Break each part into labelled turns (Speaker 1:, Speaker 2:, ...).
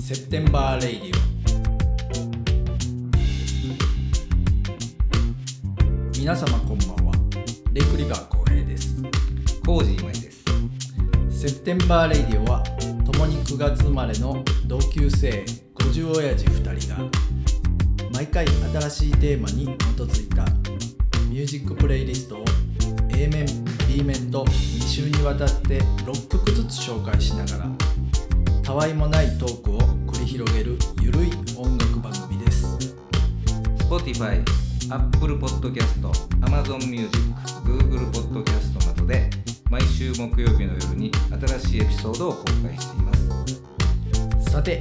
Speaker 1: セプテンバーレイディオ皆様こんばんはレイクリバー浩平です
Speaker 2: コージーマイです。
Speaker 1: セプテンバーレイディオは共に9月生まれの同級生50親父2人が毎回新しいテーマに基づいたミュージックプレイリストを A 面 B 面と2週にわたって6曲ずつ紹介しながらたわいもないトークを繰り広げるゆるい音楽番組です
Speaker 2: Spotify、Apple Podcast、Amazon Music、Google Podcast などで毎週木曜日の夜に新しいエピソードを公開しています。
Speaker 1: さて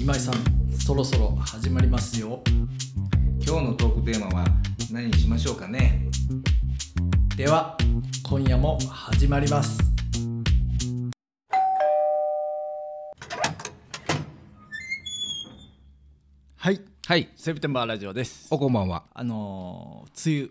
Speaker 1: 今井さんそろそろ始まりますよ
Speaker 2: 今日のトークテーマは何にしましょうかね
Speaker 1: では今夜も始まりますはい
Speaker 2: はい、
Speaker 1: セプテンバーラジオです
Speaker 2: おこんばんは。
Speaker 1: あのー、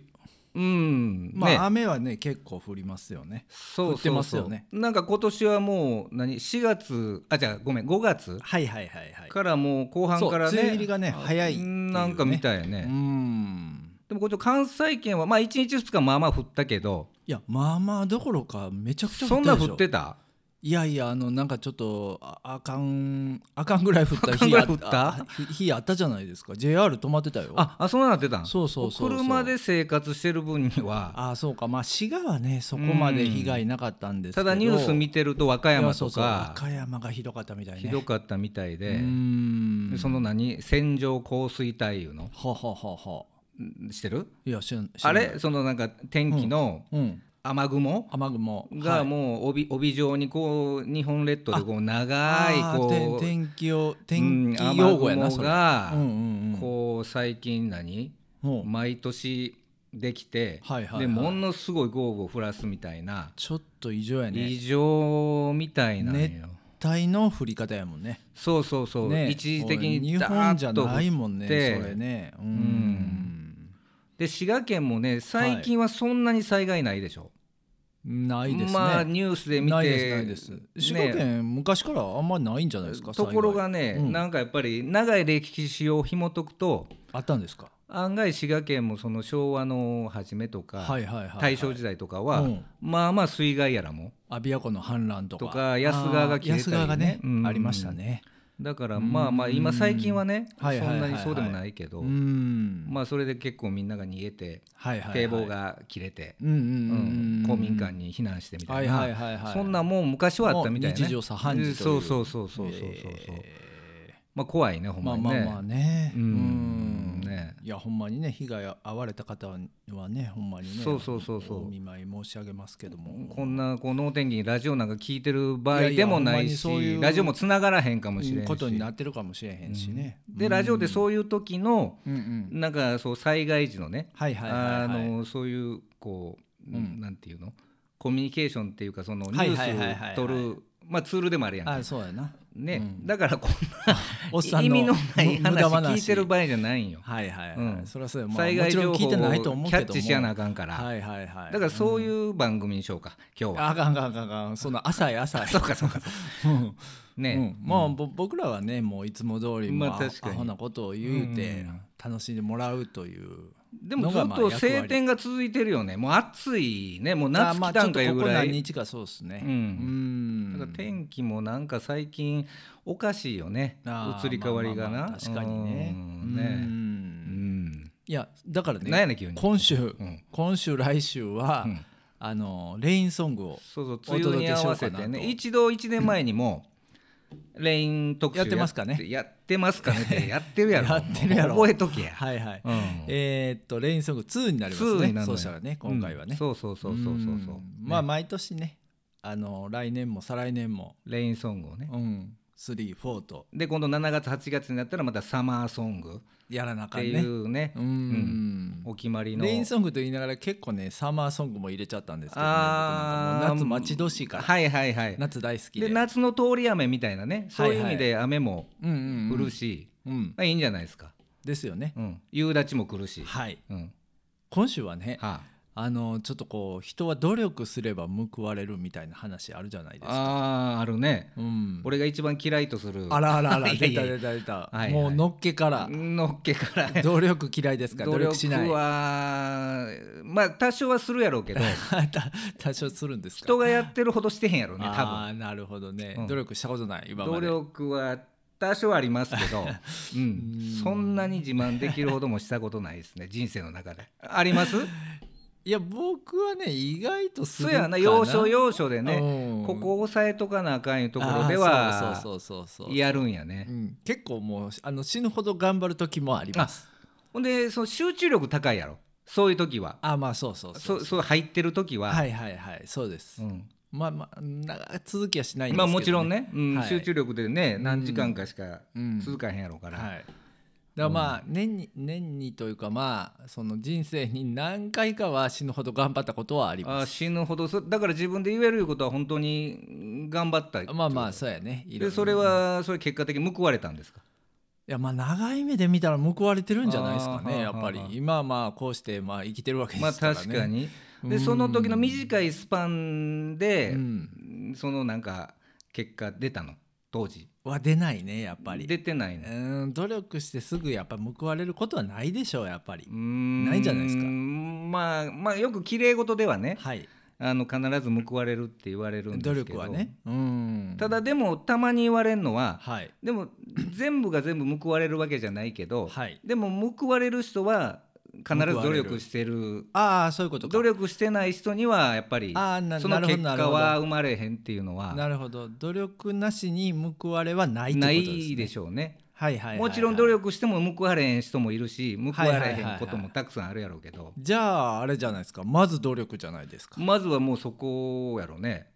Speaker 1: 梅
Speaker 2: うーん、
Speaker 1: 雨まあ、
Speaker 2: ね
Speaker 1: 雨はね結構降りますよね
Speaker 2: そうそうそう
Speaker 1: 降ってますよね
Speaker 2: なんか今年はもう何4月あじゃあごめん5月
Speaker 1: はいはいはいはい
Speaker 2: からもう後半
Speaker 1: そう
Speaker 2: からね
Speaker 1: 梅雨入りがね
Speaker 2: あ
Speaker 1: 早いっていうね
Speaker 2: なんかみたいね、
Speaker 1: うーん
Speaker 2: でもこっちの関西圏はまあ1日2日まあまあ降ったけど
Speaker 1: いやまあまあどころかめちゃくちゃ
Speaker 2: そ
Speaker 1: 降
Speaker 2: ん
Speaker 1: った
Speaker 2: な
Speaker 1: でしょ
Speaker 2: 降ってた
Speaker 1: いやいやあのなんかちょっとああかんあかんぐらい降った
Speaker 2: あかんぐらい降った
Speaker 1: ああ日日あったじゃないですか JR 止まってたよ
Speaker 2: ああそうなってたん
Speaker 1: そうそうそうそう
Speaker 2: 車で生活してる分には
Speaker 1: あそうかまあ滋賀はねそこまで被害なかったんですけ
Speaker 2: た
Speaker 1: ど
Speaker 2: だニュース見てると和歌
Speaker 1: いや
Speaker 2: 山
Speaker 1: そ
Speaker 2: と
Speaker 1: うそう和
Speaker 2: か
Speaker 1: 歌山がひどかったみたいね
Speaker 2: ひどかったみたいう
Speaker 1: ー
Speaker 2: で
Speaker 1: ん
Speaker 2: その何線状降水帯いうの
Speaker 1: はははは
Speaker 2: んしてる
Speaker 1: いやしんしん
Speaker 2: あれそのなんか天気の
Speaker 1: うん
Speaker 2: 雨雲
Speaker 1: 雨雲
Speaker 2: が
Speaker 1: はい
Speaker 2: もう帯帯状にこう日本列島でこう長
Speaker 1: あ
Speaker 2: い
Speaker 1: ー
Speaker 2: こ
Speaker 1: 天
Speaker 2: う
Speaker 1: 天気を
Speaker 2: うん
Speaker 1: 天気
Speaker 2: 雨
Speaker 1: 用語やな
Speaker 2: 雲
Speaker 1: それ
Speaker 2: が
Speaker 1: うんうんうん
Speaker 2: こう最近何
Speaker 1: もう
Speaker 2: 毎年できて
Speaker 1: はいはいはい
Speaker 2: でものすごい豪雨を降らすみたいな
Speaker 1: ちょっと異常やね
Speaker 2: 異常みたいなんよ、
Speaker 1: ね体の降り方やもんね
Speaker 2: そうそうそう、
Speaker 1: ね
Speaker 2: 一時的に
Speaker 1: 日
Speaker 2: ダー
Speaker 1: 本じ
Speaker 2: ッ
Speaker 1: ゃ
Speaker 2: と
Speaker 1: ないもんねそ
Speaker 2: 降って
Speaker 1: れねうん
Speaker 2: で滋賀県もね最近はそんなに災害ないでしょ、
Speaker 1: ないですね、
Speaker 2: まあニュースで見て
Speaker 1: ないですないです滋賀
Speaker 2: ね
Speaker 1: 県、昔からあんまりないんじゃないですか
Speaker 2: ところが
Speaker 1: 災
Speaker 2: ね、
Speaker 1: うん
Speaker 2: なんかやっぱり長い歴史を紐解くと
Speaker 1: 害あったんですか
Speaker 2: 案外滋賀県もその昭和の初めとか、
Speaker 1: はいはいはい、はい、
Speaker 2: 大正時代とかは、
Speaker 1: うん
Speaker 2: まあまあ水害やらも
Speaker 1: 阿ビア湖の氾濫とか
Speaker 2: とか安川が消えたりね
Speaker 1: 安川がね、
Speaker 2: うん
Speaker 1: ありましたね
Speaker 2: だからまあまあ今最近はねそ
Speaker 1: はいはいはい
Speaker 2: ん
Speaker 1: は
Speaker 2: ないにそうでもないけど、
Speaker 1: うん
Speaker 2: まあそれで結構みんなが逃げて
Speaker 1: はいはいはい
Speaker 2: 堤防が切れて、
Speaker 1: うんうん
Speaker 2: う
Speaker 1: うん
Speaker 2: ん、
Speaker 1: うん
Speaker 2: 公民館に避難してみたいな、
Speaker 1: はいはいはいはい
Speaker 2: そんなもん昔はあったみたいな、ね、
Speaker 1: もう日常茶飯事という
Speaker 2: そうそうそうそうそうそうそう、
Speaker 1: え
Speaker 2: まあ怖いねほ
Speaker 1: ー
Speaker 2: ん
Speaker 1: ま
Speaker 2: ま
Speaker 1: あ
Speaker 2: にね、
Speaker 1: まあまあね
Speaker 2: うん
Speaker 1: うん
Speaker 2: ね
Speaker 1: いやほんまにね被害遭われた方はねほんまにね
Speaker 2: そうそうそうそ
Speaker 1: お
Speaker 2: う
Speaker 1: 見舞い申し上げますけども
Speaker 2: こんなこう能天気にラジオなんか聞いてる場
Speaker 1: い
Speaker 2: 合
Speaker 1: やいや
Speaker 2: でもないし
Speaker 1: ほんまにそういう
Speaker 2: ラジオもつながらへんかもしれんし
Speaker 1: ことになってるかもしれへんしね、
Speaker 2: でラジオでそういう時の
Speaker 1: うんうん、
Speaker 2: なんかそう災害時のね
Speaker 1: はいはいはいはい
Speaker 2: あのそういうこう、
Speaker 1: うん
Speaker 2: なんていうのコミュニケーションっていうかそのニ
Speaker 1: はい
Speaker 2: ュ
Speaker 1: はいはいはいはい
Speaker 2: ースを取るまあツールでもあるやんか
Speaker 1: あそうやな
Speaker 2: ね、
Speaker 1: うん
Speaker 2: だからこん
Speaker 1: おっさ
Speaker 2: なん
Speaker 1: の
Speaker 2: 意味のない
Speaker 1: 無無駄
Speaker 2: 話聞いてる場合じゃないんよ、
Speaker 1: はいはい、はい
Speaker 2: うん
Speaker 1: それはそうや、まあ、
Speaker 2: 災害情報
Speaker 1: も
Speaker 2: を
Speaker 1: ち
Speaker 2: キ
Speaker 1: ろん聞いて
Speaker 2: ャ
Speaker 1: ないと思うけども
Speaker 2: ッチしやなあかんから、
Speaker 1: はいはいはい
Speaker 2: だからそういう番組にしようか今日は。
Speaker 1: あかんあかんあかんあかんそんな浅い浅い
Speaker 2: そうかそうかそう
Speaker 1: うん
Speaker 2: ね、
Speaker 1: うんまあぼ僕らはねもういつも通り
Speaker 2: まあ
Speaker 1: まあ
Speaker 2: 確か
Speaker 1: ア
Speaker 2: に
Speaker 1: ホなことを言うて
Speaker 2: うん
Speaker 1: 楽しんでもらうという
Speaker 2: でもずっと晴天が続いてるよねもう暑いねもう夏来たんかいうぐ
Speaker 1: あまあ
Speaker 2: ら
Speaker 1: ちょっとここ何
Speaker 2: い、
Speaker 1: 日かそうですね
Speaker 2: うん
Speaker 1: うん
Speaker 2: だから天気もなんか最近おかしいよね
Speaker 1: あー
Speaker 2: 移り変わりが
Speaker 1: ま
Speaker 2: な、
Speaker 1: あまあまあ確かにね
Speaker 2: うん
Speaker 1: う
Speaker 2: ねうんん
Speaker 1: いやだから
Speaker 2: なんや
Speaker 1: ね
Speaker 2: ねん急に
Speaker 1: 今週
Speaker 2: うん
Speaker 1: 今週来週は、
Speaker 2: うん
Speaker 1: あのレインソングを
Speaker 2: そうそう梅雨に合
Speaker 1: お届け
Speaker 2: わせ
Speaker 1: しよう
Speaker 2: て
Speaker 1: かなと
Speaker 2: ね一度1年前にもレイン特集
Speaker 1: やってますかね
Speaker 2: やってますかね ってやってるやろ
Speaker 1: やってるやろ
Speaker 2: もう覚えとけや、
Speaker 1: はいはい、
Speaker 2: うん
Speaker 1: えーっとレインソング2になります
Speaker 2: 2になるの
Speaker 1: ね
Speaker 2: よ
Speaker 1: そうしたらね今回はね、
Speaker 2: うんそうそうそうそうそうそう
Speaker 1: うんまあ毎年ねあの来年も再来年も、
Speaker 2: レインソングをね
Speaker 1: うん、34と
Speaker 2: で今度7月8月になったらまたサマーソング
Speaker 1: やらなあ
Speaker 2: っ
Speaker 1: かん
Speaker 2: て
Speaker 1: ね
Speaker 2: いうね
Speaker 1: うん、
Speaker 2: お決まりの
Speaker 1: レインソングと言いながら結構ねサマーソングも入れちゃったんですけど、ね、
Speaker 2: あー
Speaker 1: 僕なんかもう夏待ち遠しいから、
Speaker 2: はいはいはい
Speaker 1: 夏大好きで
Speaker 2: で夏の通り雨みたいなねそういう意味で雨も
Speaker 1: うんうん
Speaker 2: 降
Speaker 1: うん
Speaker 2: るし、
Speaker 1: うん、
Speaker 2: まあいいんじゃないですか、
Speaker 1: ですよね、
Speaker 2: うん、夕立も来るし、
Speaker 1: はい
Speaker 2: うん
Speaker 1: 今週はね、
Speaker 2: は
Speaker 1: あのちょっとこう人は努力すれば報われるみたいな話あるじゃないですか。
Speaker 2: あーあるね、
Speaker 1: うん、
Speaker 2: 俺が一番嫌いとする
Speaker 1: あらあらあら
Speaker 2: いや
Speaker 1: 出
Speaker 2: いや
Speaker 1: た出た出た、
Speaker 2: はいはい
Speaker 1: もうのっけから
Speaker 2: のっけから
Speaker 1: 努力嫌いですか努力しない
Speaker 2: はまあ多少はするやろう けど
Speaker 1: た多少するんですか
Speaker 2: 人がやってるほどしてへんやろうね多分
Speaker 1: ああなるほどね、
Speaker 2: うん
Speaker 1: 努力したことない今ま
Speaker 2: 努
Speaker 1: で
Speaker 2: 力は多少ありますけ ど、うん、そんなに自慢できるほどもしたことないで すね人生の中であります
Speaker 1: いや僕はね意外とす
Speaker 2: そ
Speaker 1: る
Speaker 2: う
Speaker 1: か
Speaker 2: やな要所要所でね
Speaker 1: うん
Speaker 2: ここを押さえとかなあかんいうところで
Speaker 1: あー
Speaker 2: は
Speaker 1: そうそうそうそう
Speaker 2: やるんやね
Speaker 1: うん、結構もうあの死ぬほど頑張る時もあります
Speaker 2: ほんでその集中力高いやろそういう時は
Speaker 1: ああまあそうそうそ
Speaker 2: そううそう入ってる時は、
Speaker 1: はいはいはいそうです、
Speaker 2: うん
Speaker 1: まあまあ長続きはしないんですけど、
Speaker 2: まあ
Speaker 1: ね、
Speaker 2: もちろんね、うん
Speaker 1: はい
Speaker 2: 集中力でね何時間かしか
Speaker 1: うん
Speaker 2: 続かへんやろうから、
Speaker 1: はい、だからまあ年に年にというかまあその人生に何回かは死ぬほど頑張ったことはあり
Speaker 2: あ
Speaker 1: ま
Speaker 2: ー
Speaker 1: す
Speaker 2: 死ぬほどそだから自分で言えるいうことは本当にうん頑張った
Speaker 1: まあまあそうやねいろい
Speaker 2: で
Speaker 1: ろ
Speaker 2: それはそれ結果的に報われたんですか
Speaker 1: いやまあ長い目で見たら報われてるんじゃないですか
Speaker 2: あー
Speaker 1: ねやっぱり
Speaker 2: はあはあ
Speaker 1: 今はまあこうしてまあ生きてるわけで
Speaker 2: まあ
Speaker 1: すからね
Speaker 2: 確かに
Speaker 1: うん
Speaker 2: でその時の短いスパンで、
Speaker 1: うん
Speaker 2: そのなんか結果出たの当時
Speaker 1: は出ないねやっぱり
Speaker 2: 出てないうの
Speaker 1: ーん努力してすぐやっぱ報われることはないでしょうやっぱり
Speaker 2: うーん
Speaker 1: ないんじゃないですか
Speaker 2: まあまあよく綺麗事ではね
Speaker 1: はい
Speaker 2: あの必ず報われるって言われるんで
Speaker 1: 努
Speaker 2: すけ
Speaker 1: 力
Speaker 2: ど
Speaker 1: はねうん
Speaker 2: ただでもたまに言われるのは
Speaker 1: はい
Speaker 2: でも全部が全部報われるわけじゃないけど、
Speaker 1: はい
Speaker 2: でも報われる人は必ず努力してる
Speaker 1: ああそういうことか
Speaker 2: 努力してない人にはやっぱり
Speaker 1: あーな
Speaker 2: その結
Speaker 1: なる
Speaker 2: 果
Speaker 1: ほどなる
Speaker 2: は生まれへんっていうのは
Speaker 1: なるほど努力なしに報われはないってこ
Speaker 2: な
Speaker 1: とです、ね、
Speaker 2: いでしょうね。
Speaker 1: はいはいはいはい
Speaker 2: もちろん努力しても報われへん人もいるし報われへ
Speaker 1: はいは
Speaker 2: んこと
Speaker 1: いはいは
Speaker 2: もたくさんあるやろうけど
Speaker 1: じゃああれじゃないですかまず努力じゃないですか
Speaker 2: まずはもうそこやろね。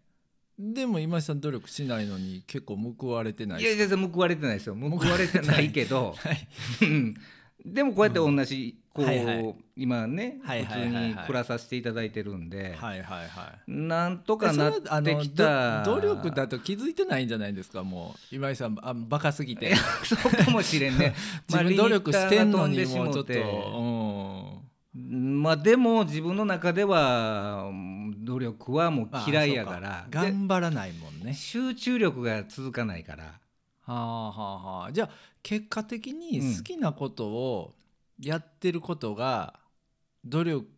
Speaker 1: でも今井さん努力しないのに結構報われてない
Speaker 2: いやいや報われてないですよ報われてないけど
Speaker 1: はい、
Speaker 2: うんでもこうやって同じこ
Speaker 1: はいはいう
Speaker 2: 今ね
Speaker 1: はい
Speaker 2: 普
Speaker 1: はいは
Speaker 2: 通
Speaker 1: いはい
Speaker 2: に暮らさせていただいてるんで
Speaker 1: はいはいはい
Speaker 2: なんとかなってき
Speaker 1: それはあ
Speaker 2: た
Speaker 1: のど努力だと気づいてないんじゃないですかもう今井さんあバカすぎて。
Speaker 2: そうかもしれんね
Speaker 1: 自分努力してんのにもうちょっ
Speaker 2: まあリミッターが飛んでしもう
Speaker 1: と、
Speaker 2: てまあでも自分の中ではうん努力はもう
Speaker 1: うん、
Speaker 2: 嫌いやから
Speaker 1: あそう
Speaker 2: で
Speaker 1: 頑張らないもんね
Speaker 2: 集中力が続かないから
Speaker 1: はあはあはあじゃあ結果的に好きなことをやってることが努力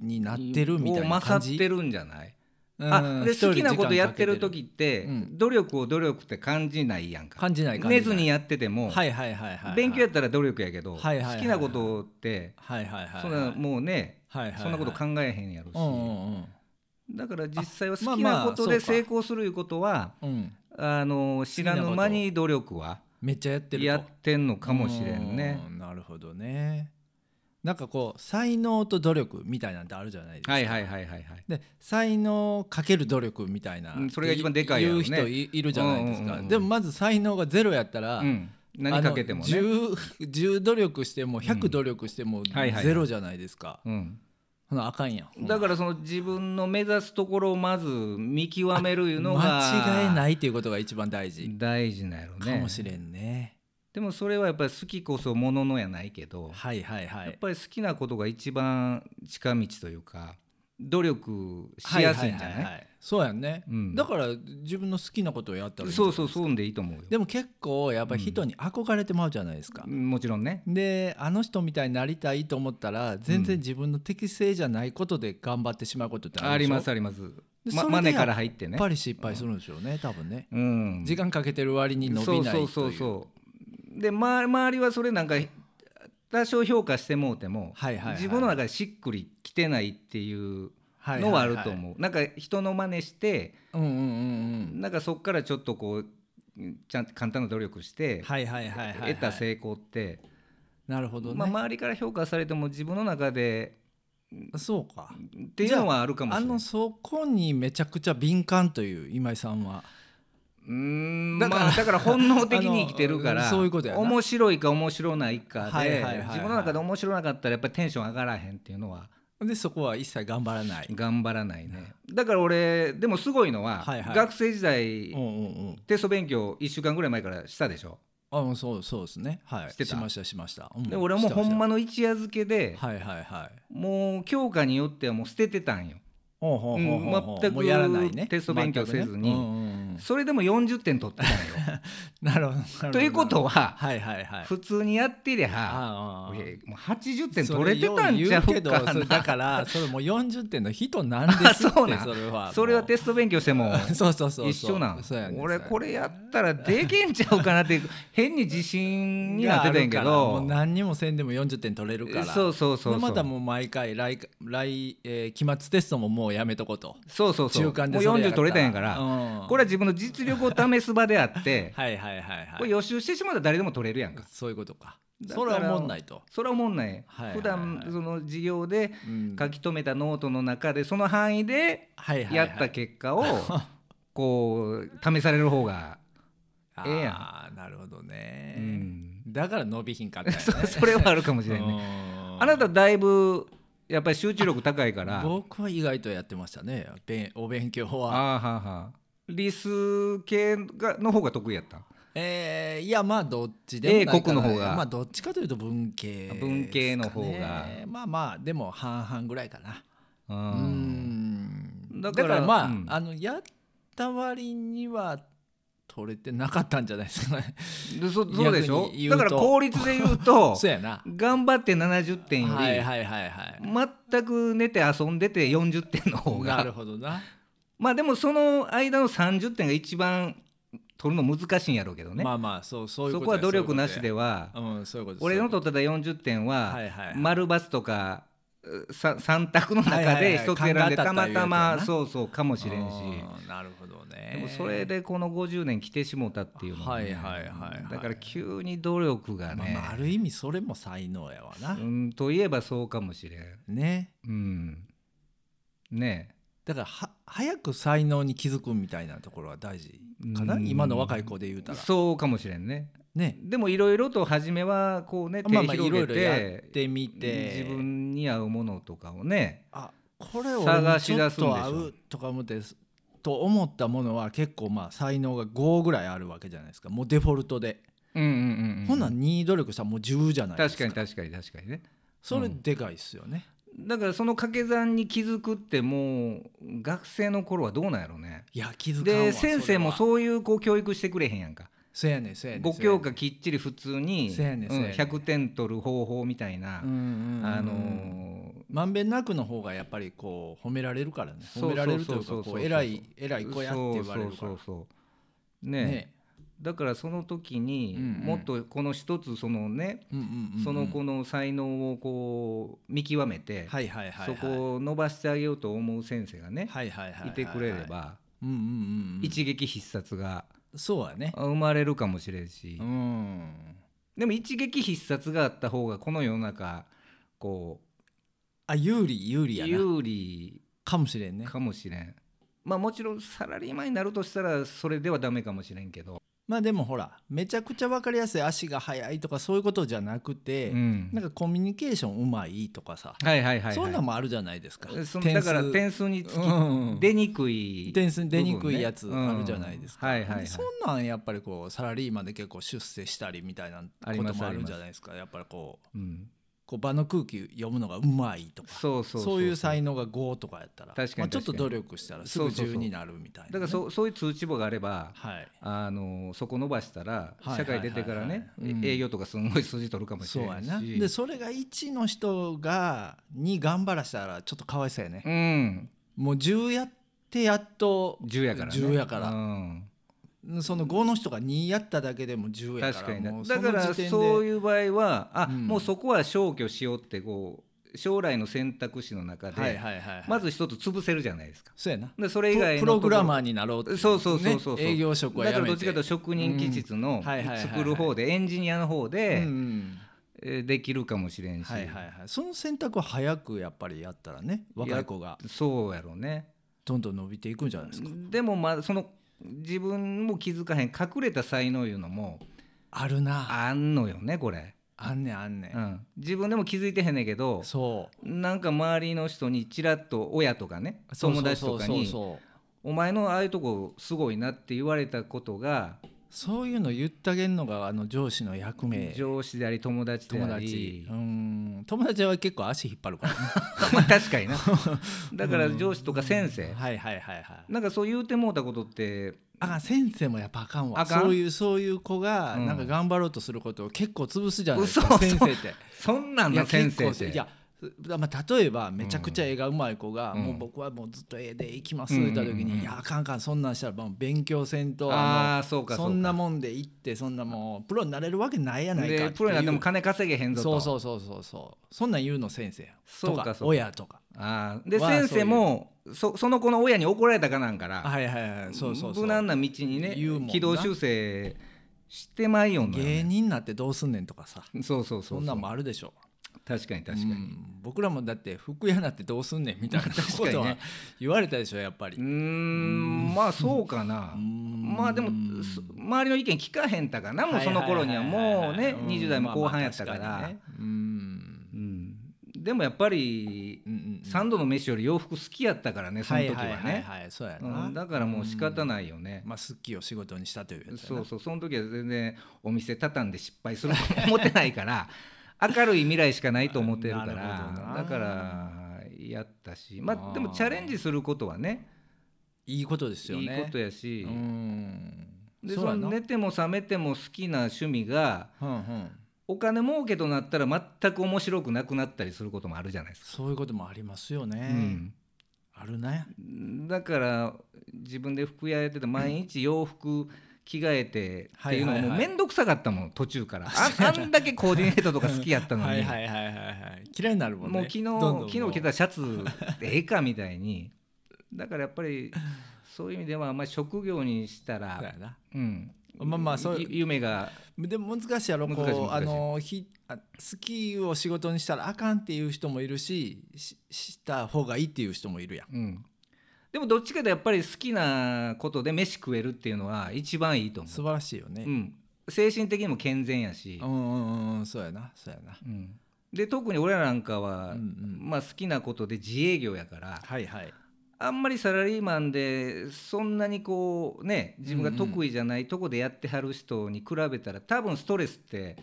Speaker 1: になってるみたいな感
Speaker 2: もう勝っ
Speaker 1: じ、
Speaker 2: てるんじゃない
Speaker 1: うん
Speaker 2: あで
Speaker 1: 一人
Speaker 2: 好きなことやってる
Speaker 1: 時間かけ
Speaker 2: 時って
Speaker 1: うん
Speaker 2: 努力を努力って感じないやんか
Speaker 1: 感じない感じな
Speaker 2: 寝
Speaker 1: い
Speaker 2: ずにやってても
Speaker 1: はいはいはいはい
Speaker 2: 勉強やったら努力やけど好
Speaker 1: はいはいはい
Speaker 2: きなことって
Speaker 1: はいはいはい
Speaker 2: そんな
Speaker 1: はい
Speaker 2: もうね
Speaker 1: はいはい
Speaker 2: そんなこと考えへんやろ
Speaker 1: うんう
Speaker 2: し
Speaker 1: ん
Speaker 2: だから実際は
Speaker 1: あまあ
Speaker 2: 好き
Speaker 1: まあ
Speaker 2: なことで
Speaker 1: そうか
Speaker 2: 成功するいうことは
Speaker 1: うんうん
Speaker 2: あの知らぬ間に努力は
Speaker 1: めっちゃやってると
Speaker 2: やってんのかもしれんね。
Speaker 1: うんなるほどねなんかこう才能と努力みたいなんてあるじゃないですか
Speaker 2: はいはいはいはいはい。
Speaker 1: で才能かける努力みたいな
Speaker 2: うんそれが一番でかいやろ
Speaker 1: 言
Speaker 2: う
Speaker 1: う
Speaker 2: ね
Speaker 1: 人いいるじゃないです
Speaker 2: うんうん
Speaker 1: か
Speaker 2: うんうん
Speaker 1: でもまず才能がゼロやったら
Speaker 2: うん、何かけても
Speaker 1: あの
Speaker 2: ね。
Speaker 1: 10, 10努力しても100努力しても
Speaker 2: はいはい
Speaker 1: ゼロじゃないですか、
Speaker 2: うん、
Speaker 1: ほなあかんやんほな
Speaker 2: だからその自分の目指すところをまず見極めるいうのが
Speaker 1: 間違えないいっていうことが一番大事
Speaker 2: 大事なんやろね
Speaker 1: かもしれんね
Speaker 2: でもそれはやっぱり好きこそもののやないけど、
Speaker 1: はいはいは
Speaker 2: やっ
Speaker 1: い
Speaker 2: ぱり好きなことが一番近道というか努力しやすいんじゃ
Speaker 1: ははは
Speaker 2: ない
Speaker 1: はそうやんね、
Speaker 2: うん
Speaker 1: だから自分の好きなことをやったらいいんじゃ
Speaker 2: そ
Speaker 1: な
Speaker 2: う
Speaker 1: い
Speaker 2: そうそうんでいいと思うよ。
Speaker 1: でも結構やっぱり人に憧れてまうじゃないですか、
Speaker 2: もちろんね。
Speaker 1: であの人みたいになりたいと思ったら全然自分の適性じゃないことで頑張ってしまうことって
Speaker 2: あ
Speaker 1: あるで
Speaker 2: り
Speaker 1: しょ
Speaker 2: ますあります。
Speaker 1: で
Speaker 2: ま
Speaker 1: それで
Speaker 2: マネから入って
Speaker 1: や
Speaker 2: ね
Speaker 1: っ。ぱり失敗するんでしょうね、多分ね
Speaker 2: うん、
Speaker 1: 時間かけてる割に伸びないという
Speaker 2: そうそうそうそうで周り周りはそれなんか多少評価してもうても、
Speaker 1: はいはいはい
Speaker 2: 自分の中でしっくりきてないっていう
Speaker 1: は
Speaker 2: のはあると思う、
Speaker 1: う。
Speaker 2: なんか人の真似して
Speaker 1: うんうんうん
Speaker 2: なんかそっからちょっとこうちゃん簡単な努力し
Speaker 1: う
Speaker 2: て
Speaker 1: ん。、はいはいはいはい、はい。
Speaker 2: 得た成功って、
Speaker 1: なるほどね。
Speaker 2: まあ、周りから評価されても自分の中で
Speaker 1: そうか。
Speaker 2: っていうのはあるかもし
Speaker 1: あ
Speaker 2: れない
Speaker 1: のそこにめちゃくちゃ敏感という今井さんは。
Speaker 2: うーん
Speaker 1: だ
Speaker 2: だ
Speaker 1: か
Speaker 2: からら,、まあ、だから本能的に生きてるか
Speaker 1: あの
Speaker 2: ら
Speaker 1: そういうことやな
Speaker 2: 面白いか面白ないかで、
Speaker 1: はいはいはいはい
Speaker 2: 自分の中で面白なかったらやっぱりテンション上がらへんっていうのは
Speaker 1: でそこは一切頑張らない。
Speaker 2: 頑張らないねだから俺でもすごいのは、
Speaker 1: はいはい
Speaker 2: 学生時代
Speaker 1: うんうんうん。
Speaker 2: テスト勉強1週間ぐらい前からしたでしょ
Speaker 1: あうんそうそうですねはい
Speaker 2: してた
Speaker 1: しましたしました、うん
Speaker 2: で俺はもうほんまの一夜漬けで、
Speaker 1: はいはいはい
Speaker 2: もう教科によってはもう捨ててたんよ、
Speaker 1: ほうほうほうほうほう
Speaker 2: うん全く
Speaker 1: もうやらないね
Speaker 2: テスト勉強せず
Speaker 1: 全く
Speaker 2: に
Speaker 1: ねうんうんうん
Speaker 2: それでも40点取ってたんよ
Speaker 1: なるほどなるほど
Speaker 2: ということは、
Speaker 1: はいはいはい
Speaker 2: 普通にやってりゃ
Speaker 1: ああああ
Speaker 2: いやもう80点取れてたんちゃう
Speaker 1: それよう言けど
Speaker 2: か
Speaker 1: それだ
Speaker 2: な
Speaker 1: からそれもう40点の人なんですって
Speaker 2: あそうなん
Speaker 1: それは
Speaker 2: それは
Speaker 1: もう
Speaker 2: テスト勉強しても
Speaker 1: そうそうそうそう
Speaker 2: 一緒なん
Speaker 1: そうやねん
Speaker 2: 俺これやったらできんちゃうかなっていう 変に自信になってたんやけ
Speaker 1: があるからもう
Speaker 2: ど
Speaker 1: 何にもせんでも40点取れるから
Speaker 2: そうそうそうそう
Speaker 1: でまたもう毎回来来、えー期末テストももうやめとこと
Speaker 2: そうそうそう
Speaker 1: 中間で
Speaker 2: もう
Speaker 1: それやった
Speaker 2: 40
Speaker 1: ら
Speaker 2: 取れたんやから、
Speaker 1: うん
Speaker 2: これは自分の実力を試す場であって
Speaker 1: はいはいはい
Speaker 2: こ
Speaker 1: は
Speaker 2: れ
Speaker 1: い
Speaker 2: 予習してしまったら誰でも取れるやんか
Speaker 1: そういうことか
Speaker 2: だか
Speaker 1: そ
Speaker 2: ら
Speaker 1: れは思んないと、
Speaker 2: それは思んない、
Speaker 1: はいはいはい
Speaker 2: 普段その授業で
Speaker 1: うん
Speaker 2: 書き留めたノートの中でその範囲で
Speaker 1: はいはい
Speaker 2: や
Speaker 1: はい
Speaker 2: った結 果をこう試される方が、ええやん
Speaker 1: あーなるほどね、
Speaker 2: うん
Speaker 1: だから伸びひんかったんやね
Speaker 2: そ それはあるかもしれない、ね、
Speaker 1: うん
Speaker 2: あなただいぶやっぱり集中力高いから
Speaker 1: 僕は意外とやってましたねべお勉強
Speaker 2: あー
Speaker 1: は
Speaker 2: はーはーリス系がの方が得意やった
Speaker 1: えーいやまあどっちでもないかな
Speaker 2: 英国の方が
Speaker 1: まあどっちかというと文系ですかね
Speaker 2: 文系の方が
Speaker 1: まあまあでも半々ぐらいかな
Speaker 2: う
Speaker 1: うんん
Speaker 2: だ
Speaker 1: だ
Speaker 2: か
Speaker 1: かららまあ,、
Speaker 2: うん
Speaker 1: あのやった割には取れてなかったんじゃないですかね
Speaker 2: でそそうでしょ
Speaker 1: 逆に言う
Speaker 2: だ
Speaker 1: と
Speaker 2: から効率で言う と
Speaker 1: そうやな
Speaker 2: 頑張って70点より、
Speaker 1: はいはいはいはい
Speaker 2: 全く寝て遊んでて40点の方
Speaker 1: なる
Speaker 2: が
Speaker 1: ほどな、
Speaker 2: まあでもその間の30点が一番取るの難しいんやろうけどね、
Speaker 1: まあまあそうそういう
Speaker 2: そ
Speaker 1: こと
Speaker 2: こは
Speaker 1: や
Speaker 2: 努力なし
Speaker 1: そうい
Speaker 2: で
Speaker 1: うこ
Speaker 2: は
Speaker 1: とやうんそういうこと
Speaker 2: 俺の
Speaker 1: そういう
Speaker 2: 取ってた40点は
Speaker 1: はいはいはい
Speaker 2: 丸バツとかうさ3択の
Speaker 1: はい
Speaker 2: 中
Speaker 1: はい
Speaker 2: で
Speaker 1: はい
Speaker 2: 一つ選ん
Speaker 1: 勘
Speaker 2: でた
Speaker 1: があ
Speaker 2: ま
Speaker 1: ったっていうやつや
Speaker 2: た
Speaker 1: な
Speaker 2: まそうそうかも
Speaker 1: こと
Speaker 2: しれんし
Speaker 1: うんなるほどね
Speaker 2: でもそれでこの50年来てしもたっていうのもね
Speaker 1: はいはいはいはい
Speaker 2: だから急に努力が
Speaker 1: まあまあ、あ
Speaker 2: ね
Speaker 1: る意味それも才能やわな、
Speaker 2: うんといえばそうかもしれん
Speaker 1: ね
Speaker 2: うんねえ
Speaker 1: だからは早く才能に気づくみたいなところは大事かな
Speaker 2: うん
Speaker 1: 今の若い子で言うたら
Speaker 2: そうかもしれんね
Speaker 1: ね
Speaker 2: でもいろいろと初めはこうね手
Speaker 1: まあまあい
Speaker 2: 広
Speaker 1: ろ
Speaker 2: げ
Speaker 1: いろやっててみて
Speaker 2: 自分に合うものとかをね
Speaker 1: あこれを
Speaker 2: 探し
Speaker 1: ちょ
Speaker 2: 出
Speaker 1: っ
Speaker 2: すんでしょ
Speaker 1: と合うとか思ってと思ったものは結構まあ才能が5ぐらいあるわけじゃないですかもうデフォルトで、
Speaker 2: うんうんうんうん
Speaker 1: ほんなん2努力したらもう10じゃないです
Speaker 2: 確
Speaker 1: か
Speaker 2: かに確かに確かにね
Speaker 1: それ
Speaker 2: うん
Speaker 1: でかいっすよね、
Speaker 2: だからその掛け算に気づくってもう学生の頃はどうなんやろうね
Speaker 1: いや気づかんわ
Speaker 2: で先生も
Speaker 1: う
Speaker 2: そういうこう教育してくれへんやんか
Speaker 1: そうやねんそうやねん
Speaker 2: 5教科きっちり普通に
Speaker 1: そうやねんそうやねん
Speaker 2: 100点取る方法みたいな
Speaker 1: うんうんうん
Speaker 2: あのー
Speaker 1: まんべんなくの方がやっぱりこう褒められるからね褒められるというか
Speaker 2: そうそうそうそう
Speaker 1: こう偉い偉い子やって言われるか
Speaker 2: そうそう
Speaker 1: ら
Speaker 2: そうそうね
Speaker 1: ね
Speaker 2: だからその時に
Speaker 1: うんうん
Speaker 2: もっとこの一つそのね
Speaker 1: うんうんうんうん
Speaker 2: その子の才能をこう見極めて
Speaker 1: はいはいはいは
Speaker 2: そ
Speaker 1: い
Speaker 2: こを伸ばしてあげようと思う先生がね
Speaker 1: はいはいはいはい
Speaker 2: いてくれれば
Speaker 1: うんうんうんうん
Speaker 2: 一撃必殺が
Speaker 1: そうやね
Speaker 2: 生まれるかもしれんし
Speaker 1: うん
Speaker 2: でも一撃必殺があった方がこの世の中こ
Speaker 1: あ有利有
Speaker 2: う
Speaker 1: 利やな
Speaker 2: 有利
Speaker 1: かもしれんね
Speaker 2: かもしれんまあもちろんサラリーマンになるとしたらそれではダメかもしれんけど
Speaker 1: まあでもほらめちゃくちゃ分かりやすい足が速いとかそういうことじゃなくて
Speaker 2: うん
Speaker 1: なんかコミュニケーションうまいとかさ
Speaker 2: はいはいはい
Speaker 1: そんなん
Speaker 2: は
Speaker 1: もあるじゃないですか
Speaker 2: いそのだから点数につき
Speaker 1: うん
Speaker 2: 出にくい
Speaker 1: 点数出にく
Speaker 2: 部分
Speaker 1: い
Speaker 2: ね
Speaker 1: やつあるじゃないですか、
Speaker 2: うんはいはいはい
Speaker 1: でそんなんやっぱりこうサラリーマンで結構出世したりみたいな
Speaker 2: あ
Speaker 1: こ
Speaker 2: り
Speaker 1: と
Speaker 2: ます
Speaker 1: もあるんじゃないですかやっぱりこう
Speaker 2: うん
Speaker 1: こう場の空気読むのがうまいとか
Speaker 2: そうそう
Speaker 1: そういう才能が5とかやったら
Speaker 2: 確かに確かに
Speaker 1: まあ、ちょっと努力したらすぐ
Speaker 2: そうそうそ
Speaker 1: 10
Speaker 2: う
Speaker 1: になるみたいなね、
Speaker 2: だからそそういう通知簿があれば
Speaker 1: はい
Speaker 2: あのそこ伸ばしたら
Speaker 1: はい
Speaker 2: 社会出てから
Speaker 1: は
Speaker 2: ね
Speaker 1: いはいはいうん
Speaker 2: 営業とかすんごい数字取るかもし
Speaker 1: そう
Speaker 2: れ
Speaker 1: や
Speaker 2: ない
Speaker 1: な
Speaker 2: し
Speaker 1: でそれが1の人が2頑張らしたらちょっとかわいそうやね、
Speaker 2: うん
Speaker 1: もう10やってやっと
Speaker 2: 10やからね
Speaker 1: 10やから
Speaker 2: うん
Speaker 1: その5の人が2やっただけでも10や
Speaker 2: 確
Speaker 1: か
Speaker 2: からにな
Speaker 1: もう
Speaker 2: だ
Speaker 1: の
Speaker 2: から
Speaker 1: 時点で
Speaker 2: そういう場合はあ
Speaker 1: うん
Speaker 2: もうそこは消去しようってこう将来の選択肢の中
Speaker 1: はい
Speaker 2: で
Speaker 1: はいはいはい
Speaker 2: まず一つ潰せるじゃないですか
Speaker 1: そうやな
Speaker 2: でそれ以外の
Speaker 1: プログラマ
Speaker 2: ー
Speaker 1: ーになろうってい
Speaker 2: そうそうそうそうそう
Speaker 1: ね営業職は
Speaker 2: だ
Speaker 1: や
Speaker 2: から
Speaker 1: めて
Speaker 2: どっちかというと職人気質の
Speaker 1: んはいはいはいはい
Speaker 2: 作る方でエンジニアの方
Speaker 1: うんう
Speaker 2: で
Speaker 1: ん
Speaker 2: えーできるかもしれんし
Speaker 1: はいはいはいその選択は早くやっぱりやったらね若い子が
Speaker 2: そうやろうね
Speaker 1: どんどん伸びていくんじゃないですか
Speaker 2: でもまあその自分も気づかへん隠れた才能いうのも
Speaker 1: あるな
Speaker 2: あんのよねこれ、
Speaker 1: あんねんあんね
Speaker 2: うんん、自分でも気づいてへんねんけど
Speaker 1: そう
Speaker 2: なんか周りの人にちらっと親とかね友達とか
Speaker 1: そう
Speaker 2: に
Speaker 1: そうそうそう
Speaker 2: 「お前のああいうとこすごいな」って言われたことが
Speaker 1: そういうの言ってあげるのがあの上司の役目
Speaker 2: 上司であり友達で
Speaker 1: 友
Speaker 2: あ
Speaker 1: 達
Speaker 2: り
Speaker 1: うん友達は結構足引っ張るから
Speaker 2: まあ 確かになだから上司とか先生、
Speaker 1: はいはいはいはい
Speaker 2: なんかそう言うてもうたことって
Speaker 1: あ先生もやっぱあかんわ
Speaker 2: あかん
Speaker 1: そういうそういう子が
Speaker 2: うん
Speaker 1: なんか頑張ろうとすることを結構潰すじゃないですか、
Speaker 2: 嘘
Speaker 1: 先生って
Speaker 2: そんなん
Speaker 1: い
Speaker 2: の
Speaker 1: や
Speaker 2: 先
Speaker 1: 結
Speaker 2: 生
Speaker 1: 構
Speaker 2: って
Speaker 1: いやまあ、例えばめちゃくちゃ絵がうまい子が、
Speaker 2: うん
Speaker 1: もう僕はもうずっと絵でいきます
Speaker 2: う
Speaker 1: 言っ
Speaker 2: ん
Speaker 1: た時に「
Speaker 2: うん
Speaker 1: いやあかんあかんそんなんしたらもう勉強せんと
Speaker 2: ああそうかうか
Speaker 1: そんなもんで行ってそんなもうプロになれるわけないやないかってい
Speaker 2: で
Speaker 1: う
Speaker 2: プロになっても金稼げへんぞ
Speaker 1: そ
Speaker 2: と
Speaker 1: うそうそうそうそうそんなん言うの先生や
Speaker 2: そう
Speaker 1: と
Speaker 2: か
Speaker 1: か
Speaker 2: そうか
Speaker 1: 親とか
Speaker 2: あーで
Speaker 1: はそういう
Speaker 2: 先生もそその子の親に怒られたかなんから
Speaker 1: はいはいはいそうそうそう
Speaker 2: 無難な道にね
Speaker 1: 言うもんな
Speaker 2: 軌道修正してまいよんのよ
Speaker 1: 芸人になってどうすんねんとかさ
Speaker 2: そうそうそう
Speaker 1: そんなんもあるでしょ
Speaker 2: 確かに確か
Speaker 1: う
Speaker 2: に
Speaker 1: ん僕らもだって服屋なってどうすんねんみたいなこ
Speaker 2: 確か
Speaker 1: と
Speaker 2: に
Speaker 1: は
Speaker 2: ね
Speaker 1: 言われたでしょやっぱり
Speaker 2: うーんまあそうかな
Speaker 1: うん
Speaker 2: まあでもそ周りの意見聞かへんたかなもうその頃にはもうね20代も後半やったか
Speaker 1: まあまあ
Speaker 2: ら
Speaker 1: 確にねうん
Speaker 2: うんでもやっぱり
Speaker 1: うんうんうん
Speaker 2: 3度の飯より洋服好きやったからねその時は
Speaker 1: はいはい
Speaker 2: ね
Speaker 1: はいはいそうや
Speaker 2: う
Speaker 1: なん
Speaker 2: だからもう仕方ないよね
Speaker 1: まあ好きを仕事にしたというやつや
Speaker 2: そ
Speaker 1: な
Speaker 2: うそうその時は全然お店畳んで失敗すると思ってないから 明るい未来しかないと思ってる
Speaker 1: な
Speaker 2: か
Speaker 1: るほど
Speaker 2: ら
Speaker 1: な
Speaker 2: だからやったしま
Speaker 1: あー
Speaker 2: あでもチャレンジすることはね
Speaker 1: いいことですよ
Speaker 2: い
Speaker 1: ね
Speaker 2: いことやし
Speaker 1: うん
Speaker 2: で
Speaker 1: そう
Speaker 2: そ
Speaker 1: やな
Speaker 2: の寝ても覚めても好きな趣味が
Speaker 1: うんうん
Speaker 2: お金儲けとなったら全く面白くなくなったりすることもあるじゃないですか。
Speaker 1: そういうこともありますよね、
Speaker 2: うん
Speaker 1: あるね
Speaker 2: だから自分で服屋やってて毎日洋服着替えてっていうの
Speaker 1: はいはい
Speaker 2: も
Speaker 1: は
Speaker 2: う
Speaker 1: い
Speaker 2: 面倒くさかったもん途 中からああんだけコーディネートとか好きやったの
Speaker 1: はい
Speaker 2: に
Speaker 1: はいはいはいはい嫌いになるもんね
Speaker 2: もう昨日
Speaker 1: どんどんもう
Speaker 2: 昨日着たシャツでええかみたいにだからやっぱりそういう意味ではあんまり職業にした
Speaker 1: そうや
Speaker 2: ら、
Speaker 1: な
Speaker 2: うん、
Speaker 1: まあまあそう
Speaker 2: ゆ夢が
Speaker 1: でも難しいやろこ
Speaker 2: 難しいう難しい
Speaker 1: あのひあ好きを仕事にしたらあかんっていう人もいるししした方がいいっていう人もいるやん
Speaker 2: うん、でもどっちかとやっぱり好きなことで飯食えるっていうのは一番いいと思
Speaker 1: 素晴らしいよ
Speaker 2: う、
Speaker 1: ね、
Speaker 2: うん、精神的にも健全やし
Speaker 1: う、ん、うんうんうんそうやなそうやな
Speaker 2: うん、で特に俺らなんかは、
Speaker 1: うんうん
Speaker 2: まあ、好きなことで自営業やから
Speaker 1: はいはい
Speaker 2: あんまりサラリーマンでそんなにこうね自分が得意じゃないとこでやってはる人に比べたら多分ストレスって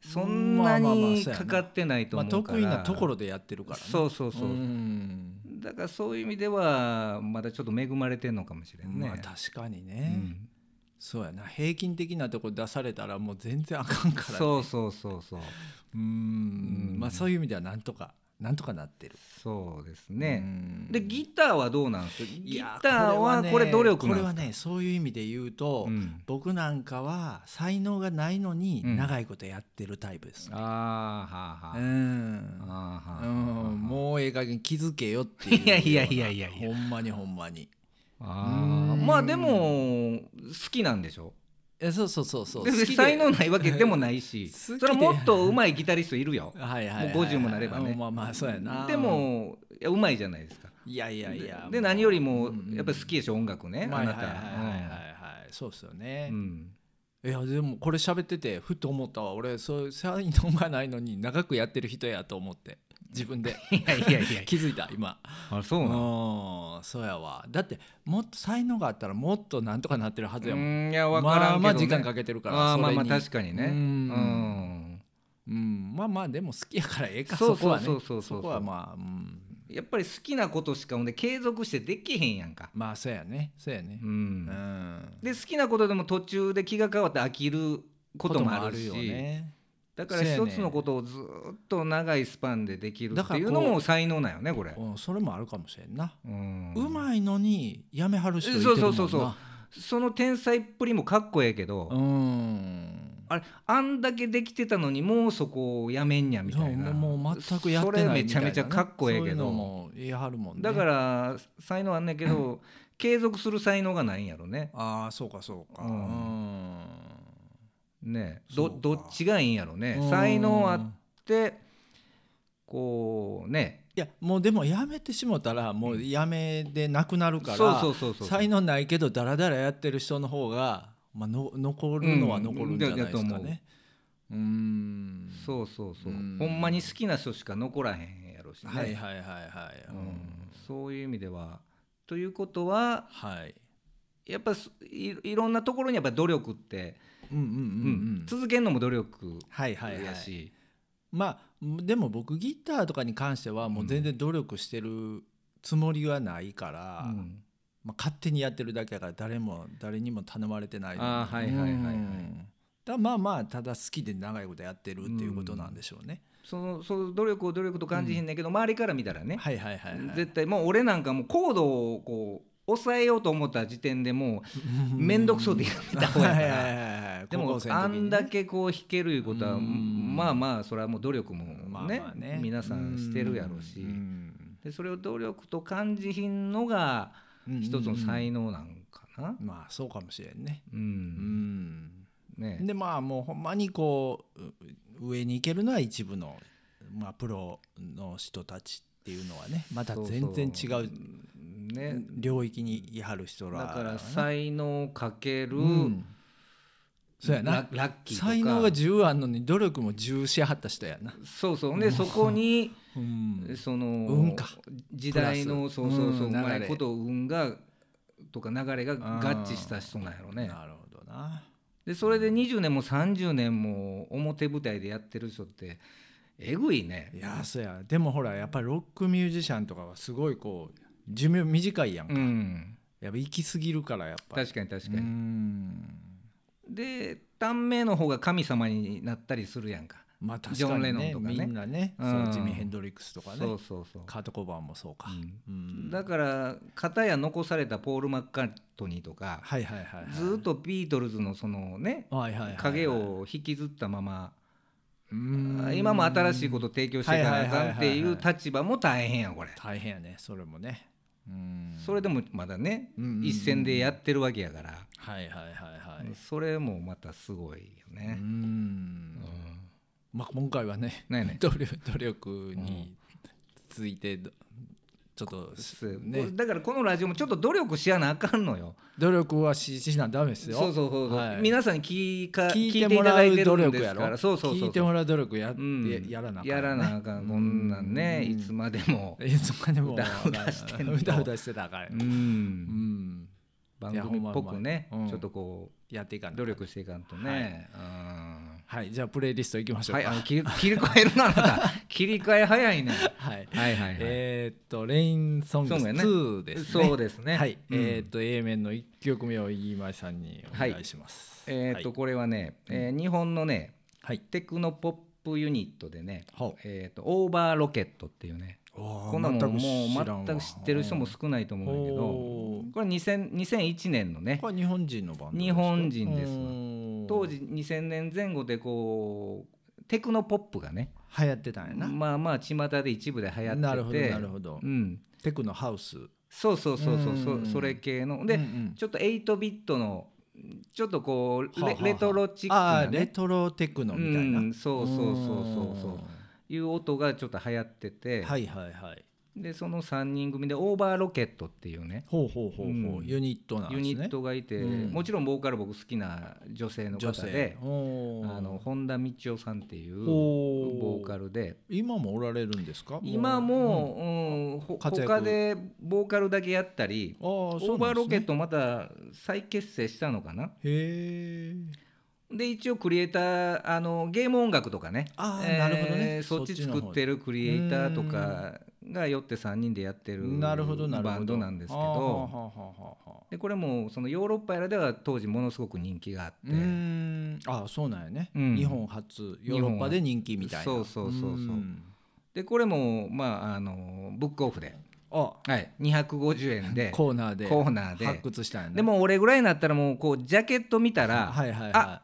Speaker 2: そんな
Speaker 1: まあまあまあ
Speaker 2: に
Speaker 1: そうや
Speaker 2: か
Speaker 1: な
Speaker 2: かってないと
Speaker 1: まあ
Speaker 2: 思うから、
Speaker 1: 得意なところでやってるからね
Speaker 2: そうそうそう、
Speaker 1: ん
Speaker 2: だからそういう意味ではまだちょっと恵まれてんのかもしれんね、
Speaker 1: まあ確かに
Speaker 2: う
Speaker 1: ね、
Speaker 2: ん
Speaker 1: そうやな平均的なとこ出されたらもう全然あかんからね
Speaker 2: そうそうそうそう
Speaker 1: うーん
Speaker 2: うん
Speaker 1: まあそういう意味ではなんとかなんとかなってる
Speaker 2: そうです
Speaker 1: う
Speaker 2: ね、
Speaker 1: ん
Speaker 2: でギターはどうなんですか
Speaker 1: い
Speaker 2: ギ
Speaker 1: や
Speaker 2: ターはこれ努力
Speaker 1: こ
Speaker 2: な
Speaker 1: れ
Speaker 2: んです
Speaker 1: は
Speaker 2: か
Speaker 1: ねそういう意味で言うと、
Speaker 2: うん
Speaker 1: 僕なんかは才能がないのに
Speaker 2: うん
Speaker 1: 長いことやってるタイプですね
Speaker 2: あーはあはあ、
Speaker 1: うん、
Speaker 2: あ
Speaker 1: う
Speaker 2: ーはあ
Speaker 1: ん、もうええ加減気づけよっていうようない
Speaker 2: やいやいやいやいや
Speaker 1: ほんまにほんまに
Speaker 2: あー
Speaker 1: うん
Speaker 2: まあでも好きなんでしょ
Speaker 1: えそうそうそうそう
Speaker 2: で
Speaker 1: 好きで
Speaker 2: 才能ないわけでもないし
Speaker 1: 好き
Speaker 2: そ
Speaker 1: で
Speaker 2: れはもっと上手いギタリストいる よ
Speaker 1: はいはいはいはい
Speaker 2: もう50もなればね
Speaker 1: うんまあまあそうやな
Speaker 2: でもいや上手いじゃないですか
Speaker 1: いやいやいや
Speaker 2: でで何よりも
Speaker 1: うんうん
Speaker 2: やっぱり好きでしょ音楽ね
Speaker 1: まあ
Speaker 2: あな
Speaker 1: はいはいはい
Speaker 2: た
Speaker 1: はいはいそうっすよね、
Speaker 2: うん
Speaker 1: いやでもこれ喋っててふと思ったわ俺そういう才能がないのに長くやってる人やと思って自分 で
Speaker 2: いやいやいや
Speaker 1: 気づいた今
Speaker 2: あそう
Speaker 1: う
Speaker 2: なの
Speaker 1: んそうやわだってもっと才能があったらもっとなんとかなってるはずやもん
Speaker 2: うんいや分か
Speaker 1: ま
Speaker 2: ら
Speaker 1: あ
Speaker 2: ん
Speaker 1: ま
Speaker 2: け
Speaker 1: あ
Speaker 2: ど
Speaker 1: 時間
Speaker 2: ね
Speaker 1: かけてるから
Speaker 2: あーまあまあ
Speaker 1: それに
Speaker 2: 確かにね
Speaker 1: う
Speaker 2: うんん
Speaker 1: うんまあまあでも好きやからええか
Speaker 2: そうそう
Speaker 1: こはね
Speaker 2: そうそうそう
Speaker 1: そこはまあうん
Speaker 2: やっぱり好きなことしかほんで継続してできへんやんか
Speaker 1: まあそうやねそうやね
Speaker 2: う
Speaker 1: うんん
Speaker 2: で好きなことでも途中で気が変わって飽きることもあるし
Speaker 1: こともよね
Speaker 2: だから
Speaker 1: そうやね
Speaker 2: 一つのことをずっと長いスパンでできる
Speaker 1: だ
Speaker 2: っ
Speaker 1: か
Speaker 2: て
Speaker 1: ら
Speaker 2: い
Speaker 1: こう
Speaker 2: うのも才能なんよねこれ。
Speaker 1: うんそれもあるかもしれんな
Speaker 2: うん
Speaker 1: うまいのにやめはる人いてるもんな
Speaker 2: そうそうそうそうその天才っぷりもかっこええけど、
Speaker 1: うん
Speaker 2: あれあんだけできてたのにもうそこをやめんやみたいな
Speaker 1: そうもうもう全くやってないみたいなね、
Speaker 2: それめちゃめちゃかっこええけ
Speaker 1: そういうの
Speaker 2: ど
Speaker 1: も言いはるもんね
Speaker 2: だからら才能あんねんけど継続する才能がないんやろね
Speaker 1: ああそうかそうかう
Speaker 2: うん
Speaker 1: ん、
Speaker 2: ね
Speaker 1: そ
Speaker 2: ど
Speaker 1: うか
Speaker 2: どっちがいいんやろね
Speaker 1: うん
Speaker 2: 才能あってこうね
Speaker 1: いやもうでもやめてしもたらもうやめでなくなるから、
Speaker 2: そうそうそうそう
Speaker 1: 才能ないけどダラダラやってる人の方が、まあ、の残るのは残るんじゃないですかね。うーん
Speaker 2: そうそうそう
Speaker 1: うん
Speaker 2: ほんまに好きな人しか残らへんやろしね、
Speaker 1: はいはいはいはい、う
Speaker 2: うんんそういう意味ではということは
Speaker 1: はい
Speaker 2: やっぱすいいろんなところにやっぱ努力って、
Speaker 1: うんうんうん
Speaker 2: うん
Speaker 1: うん
Speaker 2: 続けるのも努力
Speaker 1: はいはいはい
Speaker 2: やし、
Speaker 1: まあでも僕ギターとかに関してはもう全然努力してるつもりはないから、
Speaker 2: うん
Speaker 1: まあ、勝手にやってるだけだから誰も誰にも頼まれてない
Speaker 2: あーはいはいはいはい
Speaker 1: うんだからまあまあただ好きで長いことやってるっていうことなんでしょうね、
Speaker 2: そのその努力を努力と感じへんねんけど、周りから見たらね、
Speaker 1: はいはいはい、はい、
Speaker 2: 絶対もう俺なんかもうコードをこう抑えようと思った時点でもう面倒くそでやってた方やか
Speaker 1: はい
Speaker 2: ら。
Speaker 1: はいはい はい高
Speaker 2: でも
Speaker 1: 校生の
Speaker 2: あ
Speaker 1: 時に
Speaker 2: ん
Speaker 1: ね
Speaker 2: だけこう弾けるいうことは
Speaker 1: うん
Speaker 2: まあまあそれはもう努力もね,、
Speaker 1: まあまあね
Speaker 2: 皆さんしてるやろうし
Speaker 1: うん
Speaker 2: でそれを努力と感じひんのが
Speaker 1: うん
Speaker 2: 一つの
Speaker 1: うん
Speaker 2: 才能なんかな。
Speaker 1: まあそうかもしれんね
Speaker 2: う
Speaker 1: うんん
Speaker 2: ね
Speaker 1: でまあもうほんまにこうう上に行けるのは一部のまあプロの人たちっていうのはねまた全然違う
Speaker 2: ね
Speaker 1: 領域にいはる人
Speaker 2: だ
Speaker 1: ら
Speaker 2: から才能かける、
Speaker 1: うんそうや
Speaker 2: ラ
Speaker 1: な
Speaker 2: ラッキーとか
Speaker 1: 才能が10あんのに努力も10しはった人やな
Speaker 2: そうそうでそこに
Speaker 1: うん
Speaker 2: その
Speaker 1: 運か
Speaker 2: 時代の
Speaker 1: プ
Speaker 2: そ
Speaker 1: ラ
Speaker 2: う
Speaker 1: ス
Speaker 2: そうそ
Speaker 1: う
Speaker 2: ううんま
Speaker 1: 流
Speaker 2: い
Speaker 1: れ
Speaker 2: こと運がとか流れが合致した人なんやろね。
Speaker 1: なるほどな
Speaker 2: でそれで20年も30年も表舞台でやってる人ってえぐいね
Speaker 1: い。やそうやでもほらやっぱりロックミュージシャンとかはすごいこう寿命短いやんか、
Speaker 2: うん
Speaker 1: やっぱ行き過ぎるからやっぱ
Speaker 2: 確かに確か
Speaker 1: う
Speaker 2: に。
Speaker 1: ん
Speaker 2: で短命の方が神様になったりするやんか。
Speaker 1: まあ確かに、ね、
Speaker 2: ジョンレノンとかね
Speaker 1: みんなね、
Speaker 2: うん
Speaker 1: そうジミー・ヘンドリックスとかね
Speaker 2: そうそうそう。
Speaker 1: カート・コバーンもそうか、
Speaker 2: うん
Speaker 1: うん
Speaker 2: だから片や残されたポール・マッカートニーとか
Speaker 1: はいはいはい、はい、
Speaker 2: ずーっとビートルズのそのね
Speaker 1: はいはいはいはい
Speaker 2: 影を引きずったまま
Speaker 1: うん
Speaker 2: 今も新しいこと提供していかなあかんって
Speaker 1: はいはい
Speaker 2: い
Speaker 1: はいうはい
Speaker 2: 立場も大変やこれ。
Speaker 1: 大変やねそれもねうん
Speaker 2: それでもまだね
Speaker 1: うんうんうん
Speaker 2: 一線でやってるわけやから。
Speaker 1: はいはいはいはい、
Speaker 2: それもまたすごいよ
Speaker 1: う
Speaker 2: ね。
Speaker 1: んまあ今回はね
Speaker 2: ないね。
Speaker 1: 努力努力についてどちょっと
Speaker 2: そう
Speaker 1: ね
Speaker 2: だからこのラジオもちょっと努力しやなあかんのよ。
Speaker 1: 努力はししなダメですよ
Speaker 2: そうそうそうそう、
Speaker 1: はい
Speaker 2: 皆さんに聞か
Speaker 1: 聞
Speaker 2: 聞
Speaker 1: い
Speaker 2: い
Speaker 1: て
Speaker 2: て
Speaker 1: も
Speaker 2: いた
Speaker 1: ら
Speaker 2: だいて
Speaker 1: う努
Speaker 2: るん
Speaker 1: 力
Speaker 2: で
Speaker 1: や
Speaker 2: すか
Speaker 1: ろ
Speaker 2: ら、そうそうそうそう。
Speaker 1: 聞いてもらう努力や,、
Speaker 2: うん
Speaker 1: やらなあかん
Speaker 2: やらなあかんこんなんね
Speaker 1: うん
Speaker 2: いつまでも。
Speaker 1: いつまでも
Speaker 2: 歌を出してんの
Speaker 1: 歌を出してたらあか
Speaker 2: う
Speaker 1: らうんん
Speaker 2: 番組っぽくね、
Speaker 1: いやほんまほんまうん
Speaker 2: ちょっとこ
Speaker 1: やっていかん
Speaker 2: う
Speaker 1: と
Speaker 2: 努力していかんとね。うん
Speaker 1: はいじゃあプレイリストいきましょう
Speaker 2: は
Speaker 1: か
Speaker 2: い、あの切り切り替えるなあ なた切り替え早いね。
Speaker 1: はい
Speaker 2: はいはいはい。
Speaker 1: えーっとレインソング
Speaker 2: そうやね
Speaker 1: 2ですね
Speaker 2: そうですね。
Speaker 1: はい、
Speaker 2: うん
Speaker 1: えーっと A 面の1曲目を飯前さんにお願いします
Speaker 2: えーっと、
Speaker 1: はい
Speaker 2: これはね、えー日本のね
Speaker 1: はい
Speaker 2: テクノポップユニットでね、
Speaker 1: ほう
Speaker 2: えーっとオーバーロケットっていうねこ
Speaker 1: こ
Speaker 2: んなもんもう全く知ってる人も
Speaker 1: 少
Speaker 2: 少ないと思うんだけどこれ2000 2001年のね
Speaker 1: これは日本人のバンドですか
Speaker 2: 日本人ですわ
Speaker 1: うん
Speaker 2: 当時2000年前後でこうテクノポップがね
Speaker 1: 流行ってたんやな
Speaker 2: まあまあ巷で一部で流行ってて
Speaker 1: なるほどなるほど
Speaker 2: うん、
Speaker 1: テクノハウス
Speaker 2: そうそうそうそうそううんそれ系ので、
Speaker 1: うんうん
Speaker 2: ちょっと8ビットのちょっとこうレ,、
Speaker 1: はあはあ
Speaker 2: レトロチック
Speaker 1: あ
Speaker 2: な、
Speaker 1: あレ
Speaker 2: ね、
Speaker 1: トロテクノみたいな、
Speaker 2: うんそうそうそうそうそういう音がちょっと流行ってて、
Speaker 1: はいはいはい
Speaker 2: でその3人組でオーバーロケットっていうね
Speaker 1: ほうほうほうほう、
Speaker 2: うん
Speaker 1: ユニットなんです
Speaker 2: ユ
Speaker 1: ね
Speaker 2: ニットがいて、
Speaker 1: うん
Speaker 2: もちろんボーカル僕好きな女性の
Speaker 1: 女
Speaker 2: 方で
Speaker 1: 性おー
Speaker 2: あの本田道夫さんっていう
Speaker 1: おー
Speaker 2: ボーカルで
Speaker 1: 今もおられるんですか
Speaker 2: 今も、うんほ
Speaker 1: 活躍
Speaker 2: 他でボーカルだけやったり
Speaker 1: あー
Speaker 2: オ
Speaker 1: そう
Speaker 2: ーバーロケッ
Speaker 1: ト
Speaker 2: トまた再結成したのかな
Speaker 1: へえ
Speaker 2: で一応クリエイターあのゲーム音楽とかね
Speaker 1: あーなるほどね
Speaker 2: そっち
Speaker 1: そっちの方
Speaker 2: 作ってるクリエイターとかがよって3人でやってる
Speaker 1: なるほどなるほど
Speaker 2: バンドなんですけ
Speaker 1: あーは
Speaker 2: ど
Speaker 1: あはあはあはあ
Speaker 2: でこれもそのヨーロッパやらでは当時ものすごく人気があっ
Speaker 1: う
Speaker 2: て
Speaker 1: ーんあそうなんやね、
Speaker 2: うん
Speaker 1: 日本初ヨーロッパで人気みたいな
Speaker 2: そうそうそうそうんでこれもまああのブックオフで、
Speaker 1: あ
Speaker 2: はい、250円で
Speaker 1: コーナーで
Speaker 2: コーナーで
Speaker 1: 発掘したんやね
Speaker 2: でも俺ぐらいになったらもうこうジャケット見たら、
Speaker 1: はいはいはい
Speaker 2: あ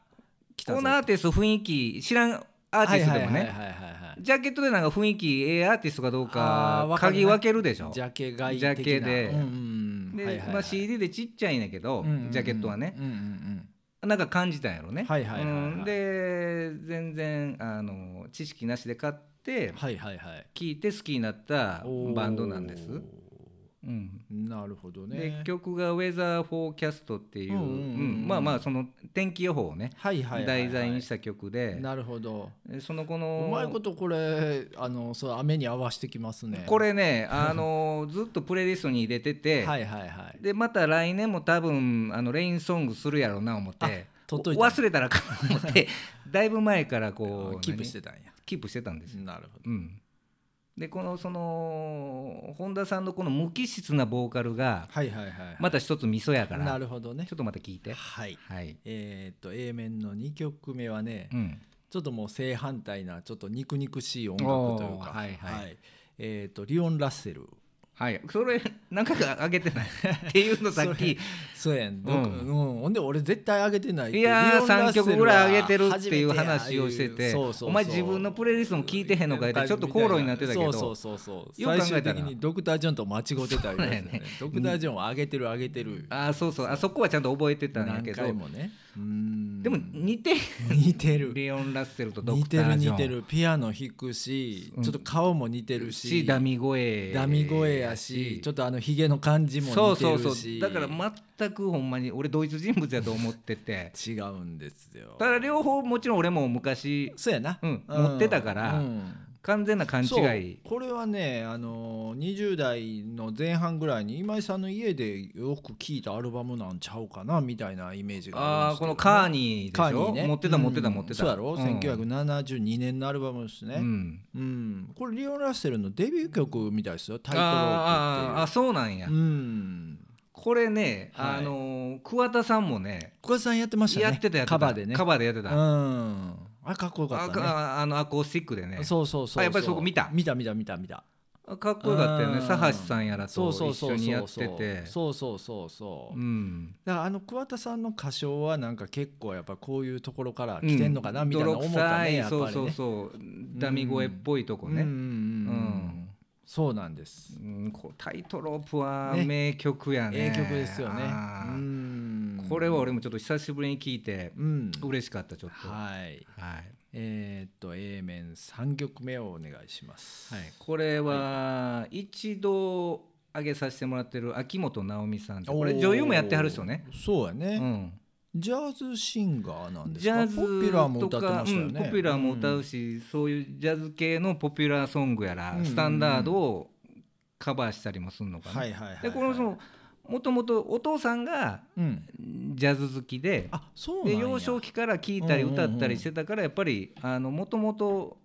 Speaker 1: 来た
Speaker 2: こ
Speaker 1: ぞ
Speaker 2: のアーティスト雰囲気知らんアーティストでもね、
Speaker 1: はいはいはいはいはい
Speaker 2: ジャケットでなんか雰囲気ええアーティストかどう
Speaker 1: あー
Speaker 2: か
Speaker 1: わかるね
Speaker 2: 鍵分けるでしょ
Speaker 1: ジャケ買い的な
Speaker 2: ジャケで
Speaker 1: うんうんうん
Speaker 2: で、
Speaker 1: はいはいはい
Speaker 2: まあ、CD でちっちゃいんやけど、
Speaker 1: うんうんうん
Speaker 2: ジャケットはね
Speaker 1: うんうんうん
Speaker 2: なんか感じたんやろね、
Speaker 1: はいはいはいはい
Speaker 2: うんで全然あの知識なしで買って
Speaker 1: はいはいはい
Speaker 2: 聴いて好きになったバンドなんです
Speaker 1: おーうん、なるほどね
Speaker 2: で。曲が「ウェザーフォーキャスト」っていう
Speaker 1: う
Speaker 2: うん
Speaker 1: うんうんうん
Speaker 2: んまあまあその天気予報をね
Speaker 1: はいはいはい、はい、
Speaker 2: 題材にした曲で
Speaker 1: なるほど。
Speaker 2: でそのこ
Speaker 1: う
Speaker 2: の
Speaker 1: まいことこれあのそう雨に合わせてきますね。
Speaker 2: これね あのずっとプレイリストに入れてて
Speaker 1: はいはいはい。
Speaker 2: でまた来年も多分あのレインソングするやろうな思って
Speaker 1: 取っといた
Speaker 2: 忘れたらあかん思って だいぶ前からこう
Speaker 1: キープして
Speaker 2: 何
Speaker 1: たんや。
Speaker 2: キープしてたんですよ。
Speaker 1: なるほど。
Speaker 2: うん、でこのその本田さんのこの無機質なボーカルが
Speaker 1: はいはいはい。
Speaker 2: また一つ味噌やから
Speaker 1: なるほどね
Speaker 2: ちょ。っとまた聞いて。
Speaker 1: はい。
Speaker 2: はい。
Speaker 1: えーっと A 面の2曲目はね、
Speaker 2: うん。
Speaker 1: ちょっともう正反対なちょっと肉肉しい音楽というか、
Speaker 2: おーはいはい
Speaker 1: えーっとリオン・ラッセル。
Speaker 2: はい。それ何回か上げてない っていうのさっき
Speaker 1: そうやん、
Speaker 2: う
Speaker 1: うんんほんで俺絶対上げてないって
Speaker 2: いや
Speaker 1: リ
Speaker 2: ー
Speaker 1: オンラッセ
Speaker 2: 3
Speaker 1: ルは
Speaker 2: 曲ぐらい上げてるっていう
Speaker 1: 初め
Speaker 2: 話
Speaker 1: や
Speaker 2: をしてて
Speaker 1: そうそうそう
Speaker 2: お前自分のプレイリストも聞いてへんのかいってちょっと口論になってたけど
Speaker 1: そうそうそうそう
Speaker 2: よく考えた
Speaker 1: 最終
Speaker 2: ら
Speaker 1: 的にドクター・ジョンと間違ってたり
Speaker 2: そうやね
Speaker 1: ドクター・ジョンは上げてる上げてる
Speaker 2: あーそうそうあそこはちゃんと覚えてたんや
Speaker 1: 何
Speaker 2: けど
Speaker 1: 回もねうん
Speaker 2: でも似て
Speaker 1: 似てる
Speaker 2: レオン・ラッセルとド
Speaker 1: 似
Speaker 2: クタ
Speaker 1: てる
Speaker 2: ー・ジョ
Speaker 1: 似
Speaker 2: ン
Speaker 1: てるピアノ弾くしちょっと顔も似てるし
Speaker 2: しダミ声
Speaker 1: ダミ声やしちょっとあのヒゲの感じも似て
Speaker 2: そう
Speaker 1: るし
Speaker 2: そうそうだから全くほんまに俺同一人物やと思って て
Speaker 1: 違うんですよ
Speaker 2: ただ両方もちろん俺も昔
Speaker 1: そうやな、
Speaker 2: うん持ってたから完全な勘違い
Speaker 1: そうこれはねあのー20代の前半ぐらいに今井さんの家でよく聴いたアルバムなんちゃうかなみたいなイメージが
Speaker 2: あ
Speaker 1: あ
Speaker 2: あ
Speaker 1: るんで
Speaker 2: ー
Speaker 1: すけど
Speaker 2: このカーニーでし
Speaker 1: カーニ
Speaker 2: ょ
Speaker 1: ーね
Speaker 2: 持ってた持ってた持ってた
Speaker 1: そうやろ、
Speaker 2: ん
Speaker 1: 1972年のアルバムですね、う
Speaker 2: うんん
Speaker 1: これリオン・ラッセルのデビュー曲みたいですよタイトル
Speaker 2: あーあーあー
Speaker 1: っ
Speaker 2: そうなん
Speaker 1: て
Speaker 2: や、
Speaker 1: いううん
Speaker 2: これね、
Speaker 1: はい
Speaker 2: あのー桑田さんもね
Speaker 1: 小林さんやってましたね
Speaker 2: やってたやって
Speaker 1: カ
Speaker 2: た
Speaker 1: バーでね
Speaker 2: カバーでやってた、
Speaker 1: うんあれかっこよか
Speaker 2: あ
Speaker 1: ったね
Speaker 2: ああのアコースティックでね
Speaker 1: そうそうそうう
Speaker 2: あやっぱりそこ見た
Speaker 1: 見た見た見た見た
Speaker 2: あかっこよかったよね
Speaker 1: うん
Speaker 2: 佐橋さんやらと一緒にやってて
Speaker 1: そうそうそうそう、
Speaker 2: うん
Speaker 1: だからあの桑田さんの歌唱はなんか結構やっぱこういうところから来てんのかなみたいな思っ
Speaker 2: 泥
Speaker 1: た
Speaker 2: 臭
Speaker 1: ね
Speaker 2: い
Speaker 1: やっぱり
Speaker 2: そ
Speaker 1: ね
Speaker 2: うそうそうダミ声っぽいとこ
Speaker 1: うんうんうん
Speaker 2: ね、
Speaker 1: うん
Speaker 2: うん
Speaker 1: そうなんです
Speaker 2: うんこうタイトロープは
Speaker 1: ね
Speaker 2: 名曲やね
Speaker 1: ええ曲ですよね
Speaker 2: あ
Speaker 1: う
Speaker 2: ー
Speaker 1: ん
Speaker 2: これは俺もちょっと久しぶりに聞いて
Speaker 1: うん
Speaker 2: 嬉しかったちょっと、
Speaker 1: はい
Speaker 2: はい
Speaker 1: えーっと A 面3曲目をお願いします
Speaker 2: はい、これは一度上げさせてもらってる秋元直美さんってこれ
Speaker 1: おー
Speaker 2: 女優もやってはる人ね、
Speaker 1: そうや
Speaker 2: う
Speaker 1: ね
Speaker 2: ん、
Speaker 1: ジャズシンガーなんです
Speaker 2: ジ
Speaker 1: か
Speaker 2: ャ
Speaker 1: ポピュラーも
Speaker 2: ズ
Speaker 1: 歌
Speaker 2: と
Speaker 1: って
Speaker 2: か
Speaker 1: ましたよ
Speaker 2: うん
Speaker 1: ね
Speaker 2: ポピュラーも歌うし、そういうジャズ系のポピュラーソングやら、
Speaker 1: うんうんうん
Speaker 2: スタンダードをカバーしたりもするのかな。
Speaker 1: はいはいはいはい
Speaker 2: でこのそのもともとお父さんが
Speaker 1: うん
Speaker 2: ジャズ好きで
Speaker 1: あそうなん
Speaker 2: で
Speaker 1: や
Speaker 2: 幼少期から聴いたり
Speaker 1: うんうんう
Speaker 2: 歌
Speaker 1: ん
Speaker 2: ったりしてたからやっぱりもともと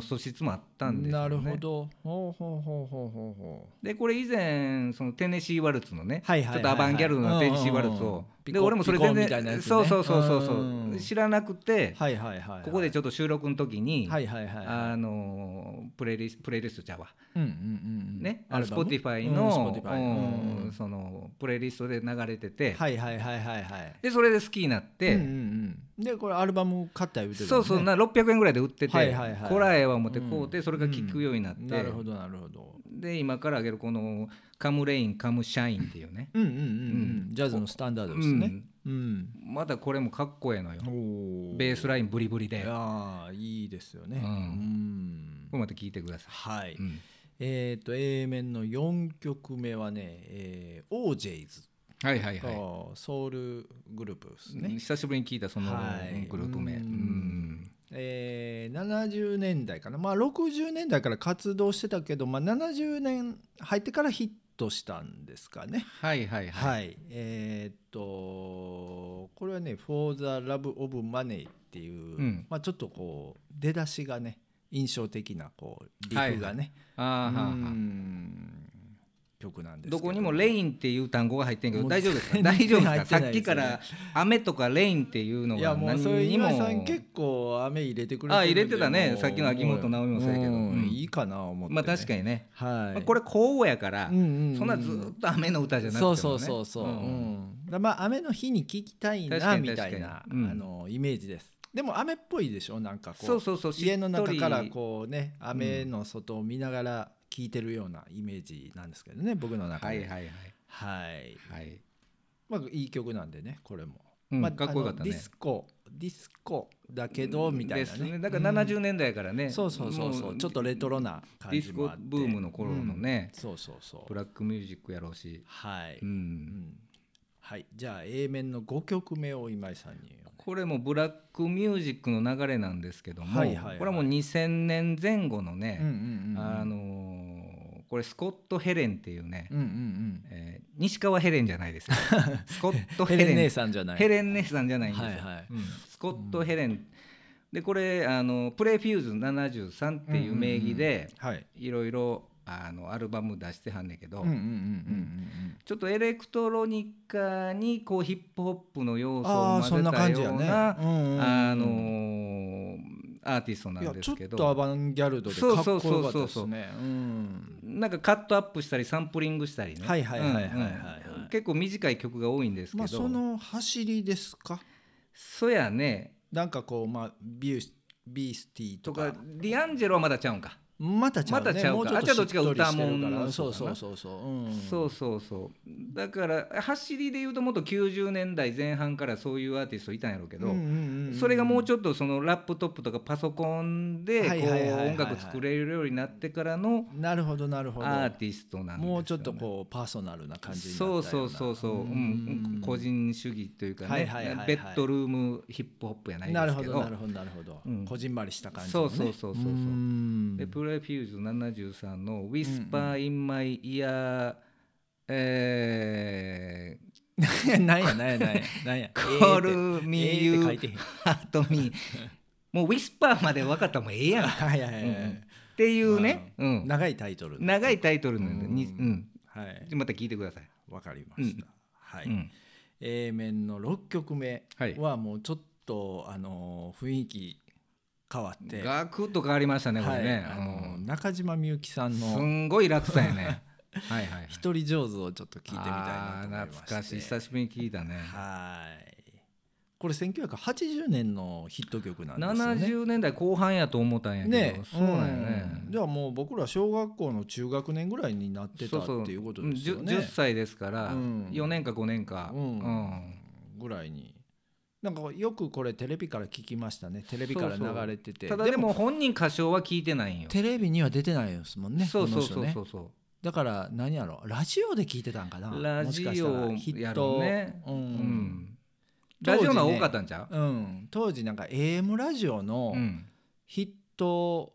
Speaker 2: 素質もあったんですよね。
Speaker 1: なるほどほうほうほうほうほうほう
Speaker 2: でこれ以前そのテネシーワルツのね、
Speaker 1: はいはいはいはい
Speaker 2: ちょっとアバンギャルドなテネシーワル
Speaker 1: う
Speaker 2: ツ
Speaker 1: んうんう
Speaker 2: を
Speaker 1: ん、ピ
Speaker 2: で
Speaker 1: コ
Speaker 2: 俺もそれ全
Speaker 1: ピコみたいなや
Speaker 2: 然
Speaker 1: つね
Speaker 2: そうそうそうそう
Speaker 1: うん
Speaker 2: そう知らなくて、
Speaker 1: はいはいはいはい
Speaker 2: ここでちょっと収録の時に、
Speaker 1: はいはいはいはい
Speaker 2: あのープレイリストプレイリストじゃわ、
Speaker 1: うんうんうん
Speaker 2: ねあの
Speaker 1: アルバム
Speaker 2: Spotify
Speaker 1: うん
Speaker 2: の、
Speaker 1: Spotify
Speaker 2: うん
Speaker 1: うん
Speaker 2: そのプレイリストで流れてて、
Speaker 1: はいはいはいはいはい
Speaker 2: でそれで好きになって、
Speaker 1: うんうんうんでこれアルバム買った言うてた
Speaker 2: そうそう
Speaker 1: な
Speaker 2: な600円ぐらいで売ってて、
Speaker 1: はいはいはい
Speaker 2: こらええわ思ってこうて、それが聴くようになって、
Speaker 1: なるほどなるほど
Speaker 2: で今からあげるこの「カムレインカムシャイン」っていうね、
Speaker 1: うんうんうんうんジャズのスタンダードですねうん
Speaker 2: まだこれもかっこええのよ
Speaker 1: お
Speaker 2: ベースラインブリブリで
Speaker 1: いやーいいですよね
Speaker 2: うん
Speaker 1: うん
Speaker 2: これまた聞いてくださ
Speaker 1: はい
Speaker 2: い、うん
Speaker 1: えっと A 面の4曲目はねえー OJ's
Speaker 2: はいはいはい
Speaker 1: あーソウルグループです
Speaker 2: うん
Speaker 1: ね、
Speaker 2: 久しぶりに聞いたその
Speaker 1: はい
Speaker 2: グループ名、
Speaker 1: うん
Speaker 2: うん
Speaker 1: えー70年代かな、まあ、60年代から活動してたけど、まあ、70年入ってからヒットしたんですかね
Speaker 2: はいはいはい、
Speaker 1: はい、えーっとこれはね「For the Love of Money」っていう、
Speaker 2: うん
Speaker 1: まあ、ちょっとこう出だしがね印象的なこうリ
Speaker 2: はい
Speaker 1: フがね、
Speaker 2: あーは
Speaker 1: う
Speaker 2: ーはー
Speaker 1: ん曲なんですけ
Speaker 2: どこにも「レイン」っていう単語が入ってんけど
Speaker 1: もう
Speaker 2: 大丈夫ですか
Speaker 1: 全然
Speaker 2: 大丈夫です
Speaker 1: 入
Speaker 2: か
Speaker 1: ってない
Speaker 2: さっきから
Speaker 1: で
Speaker 2: 「雨」とか「レイン」っていうの
Speaker 1: い
Speaker 2: が
Speaker 1: やもう
Speaker 2: 何
Speaker 1: それ
Speaker 2: にも
Speaker 1: 今井さん結構雨入れてくれてるんで
Speaker 2: あ入れてたね
Speaker 1: もう
Speaker 2: さっきの秋元直美もそうやけど
Speaker 1: ん
Speaker 2: うん
Speaker 1: いいかな思って、
Speaker 2: まあ確か
Speaker 1: に
Speaker 2: にね、
Speaker 1: はい、
Speaker 2: まあこれ交互やから、
Speaker 1: うんうんうん
Speaker 2: そんなずーっと雨の歌じゃなくても、
Speaker 1: そ
Speaker 2: ね、
Speaker 1: うそうそうそう、うんだまあ雨の日に聞きたい
Speaker 2: 確か
Speaker 1: な
Speaker 2: に
Speaker 1: み
Speaker 2: 確か
Speaker 1: た
Speaker 2: に
Speaker 1: いな、
Speaker 2: うん
Speaker 1: あのイメージですでも雨っぽいでしょなんかこう
Speaker 2: そうそうそう
Speaker 1: 家の中から
Speaker 2: しっとり
Speaker 1: こうね雨の外を見ながら聞いてるようなイメージなんですけどね僕の中
Speaker 2: は
Speaker 1: で
Speaker 2: い
Speaker 1: はい、
Speaker 2: はいはいはい
Speaker 1: まあいい曲なんでねこれも
Speaker 2: うん
Speaker 1: まあ
Speaker 2: かっこよかった
Speaker 1: あの
Speaker 2: ね
Speaker 1: ディスコディスコだけどみたい
Speaker 2: で
Speaker 1: な
Speaker 2: す
Speaker 1: ね
Speaker 2: ねだから70年代からね、
Speaker 1: うんそうそうそうそ
Speaker 2: も
Speaker 1: うちょっとレトロな感
Speaker 2: ディス
Speaker 1: じ
Speaker 2: コ
Speaker 1: もあって
Speaker 2: ブームの頃のね、
Speaker 1: うんそうそうそう
Speaker 2: ブラックミュージックやろうし、
Speaker 1: はい、
Speaker 2: う、
Speaker 1: うんんはい、じゃあ A 面の5曲目を今井さんに
Speaker 2: これもブラックミュージックの流れなんですけども、
Speaker 1: はいはいはい
Speaker 2: これはもう2000年前後の
Speaker 1: うんう
Speaker 2: ね、
Speaker 1: んうん
Speaker 2: あのーこれスコット・ヘレンっていうね、
Speaker 1: うんうん
Speaker 2: えー西川ヘレンじゃな いですよスコッ
Speaker 1: う
Speaker 2: ト・
Speaker 1: ん
Speaker 2: ヘ
Speaker 1: ヘ
Speaker 2: レン
Speaker 1: レン姉さんじゃない
Speaker 2: ヘレン姉さんじゃないんですよ、
Speaker 1: はいはい
Speaker 2: うんスコット・ヘレン、でこれあのプレイフューズ73っていう名義で
Speaker 1: はい
Speaker 2: いろいろあのアルバム出してはんねんけど、
Speaker 1: うんうんうんうん
Speaker 2: ちょっとエレクトロニカにこうヒップホップの要素
Speaker 1: あー
Speaker 2: を
Speaker 1: そ
Speaker 2: 混
Speaker 1: んな
Speaker 2: ぜた
Speaker 1: 感じや
Speaker 2: よう
Speaker 1: ね
Speaker 2: な
Speaker 1: うんうんうん
Speaker 2: あのーアーティスト
Speaker 1: う
Speaker 2: なん
Speaker 1: いや
Speaker 2: んで
Speaker 1: ちょ
Speaker 2: す
Speaker 1: っ
Speaker 2: け
Speaker 1: とア
Speaker 2: ど
Speaker 1: バンギャルドでかっこよかった
Speaker 2: そうそうそ
Speaker 1: で
Speaker 2: うそ
Speaker 1: す
Speaker 2: う
Speaker 1: ねうん
Speaker 2: なんかカットアップしたりサンプリングしたりね
Speaker 1: はいはいはいはいはいはい
Speaker 2: うんうん結構短い曲が多いんですけど、
Speaker 1: まあその走りですか
Speaker 2: そやね
Speaker 1: なんかこうまあビュービースティーと
Speaker 2: と
Speaker 1: か
Speaker 2: かディアンジェロはまだちゃうんか、
Speaker 1: またちゃうね
Speaker 2: またちゃうか
Speaker 1: もうちょっ
Speaker 2: あじゃあ
Speaker 1: と
Speaker 2: どっ
Speaker 1: し
Speaker 2: ち
Speaker 1: っ
Speaker 2: か
Speaker 1: とりしてる
Speaker 2: 歌
Speaker 1: か
Speaker 2: もん
Speaker 1: ら
Speaker 2: の
Speaker 1: そ
Speaker 2: 人
Speaker 1: う
Speaker 2: か
Speaker 1: そうそう
Speaker 2: な
Speaker 1: そううん
Speaker 2: そうそうそうだから走りで言うともっと90年代前半からそういうアーティストいたんやろうけど、
Speaker 1: うんうんうん
Speaker 2: それがもうちょっとそのラップトップとかパソコンでこ
Speaker 1: はいはいはいはいはいう
Speaker 2: 音楽作れるようになってからの
Speaker 1: なるほどなるほど
Speaker 2: アーティストなんですよね
Speaker 1: もうちょっとこうパーソナルな感じになった
Speaker 2: そ
Speaker 1: よ
Speaker 2: うそうそうそう、うん、個人主義というかね、
Speaker 1: はいはいはいはい
Speaker 2: ベッドルームヒップホップやない
Speaker 1: な
Speaker 2: で
Speaker 1: る
Speaker 2: す
Speaker 1: ほ
Speaker 2: け
Speaker 1: ど
Speaker 2: ど
Speaker 1: なるほどなるほど、
Speaker 2: うん
Speaker 1: こじんまりした感じ、ね、
Speaker 2: そうそうそうそうそう
Speaker 1: うん
Speaker 2: でプレフューズ73の「Whisper in My Ear、えー
Speaker 1: なんやなんやなんやなんや
Speaker 2: Call me
Speaker 1: えーってえーって書いてへん
Speaker 2: 後 にもうウィスパーまで分かったらもうええやんっ
Speaker 1: はいはいはいはい、
Speaker 2: ていうね、うん、
Speaker 1: 長いタイトル
Speaker 2: 長いタイトルなんで、にうん、
Speaker 1: はい
Speaker 2: また聞いてください。
Speaker 1: わかりました、はい、
Speaker 2: うん、
Speaker 1: A 面の6曲目
Speaker 2: はい
Speaker 1: はもうちょっと、あのー雰囲気変わって、はい
Speaker 2: ガクッと変わりましたね、これね。
Speaker 1: あ
Speaker 2: う
Speaker 1: の
Speaker 2: ん
Speaker 1: ー中島みゆきさん
Speaker 2: す
Speaker 1: の
Speaker 2: んごい楽さや ね。はいはい、はい。
Speaker 1: 「一人上手」をちょっと聞いてみたいなと思いま
Speaker 2: あー
Speaker 1: して
Speaker 2: 懐かしい久しぶりに聞いたね
Speaker 1: はいこれ1980年のヒット曲なんですよね
Speaker 2: 70年代後半やと思ったんやけど、
Speaker 1: ね
Speaker 2: そうなんやね、
Speaker 1: うんじゃあもう僕ら小学校の中学年ぐらいになってた
Speaker 2: そ
Speaker 1: っ
Speaker 2: うそう
Speaker 1: ていうことですよね
Speaker 2: 10 10歳ですから、
Speaker 1: うん
Speaker 2: 4年か5年か、
Speaker 1: うん
Speaker 2: うん
Speaker 1: ぐらいになんかよくこれテレビから聞きましたねテレビから流れてて
Speaker 2: ただでも本人歌唱は聞いてないんよ、
Speaker 1: テレビには出てないですもんね
Speaker 2: そうそう
Speaker 1: こ
Speaker 2: そ
Speaker 1: の
Speaker 2: う
Speaker 1: 人ね
Speaker 2: そうそ
Speaker 1: だから何やろラジオで聞いてたんかな
Speaker 2: うラジオ
Speaker 1: もしかしたら
Speaker 2: やろう
Speaker 1: ヒッ
Speaker 2: ね
Speaker 1: トう、
Speaker 2: うんん
Speaker 1: 当時ね
Speaker 2: ラジオの方が多かったんちゃう、
Speaker 1: うん当時なんか AM ラジオの、
Speaker 2: うん
Speaker 1: ヒット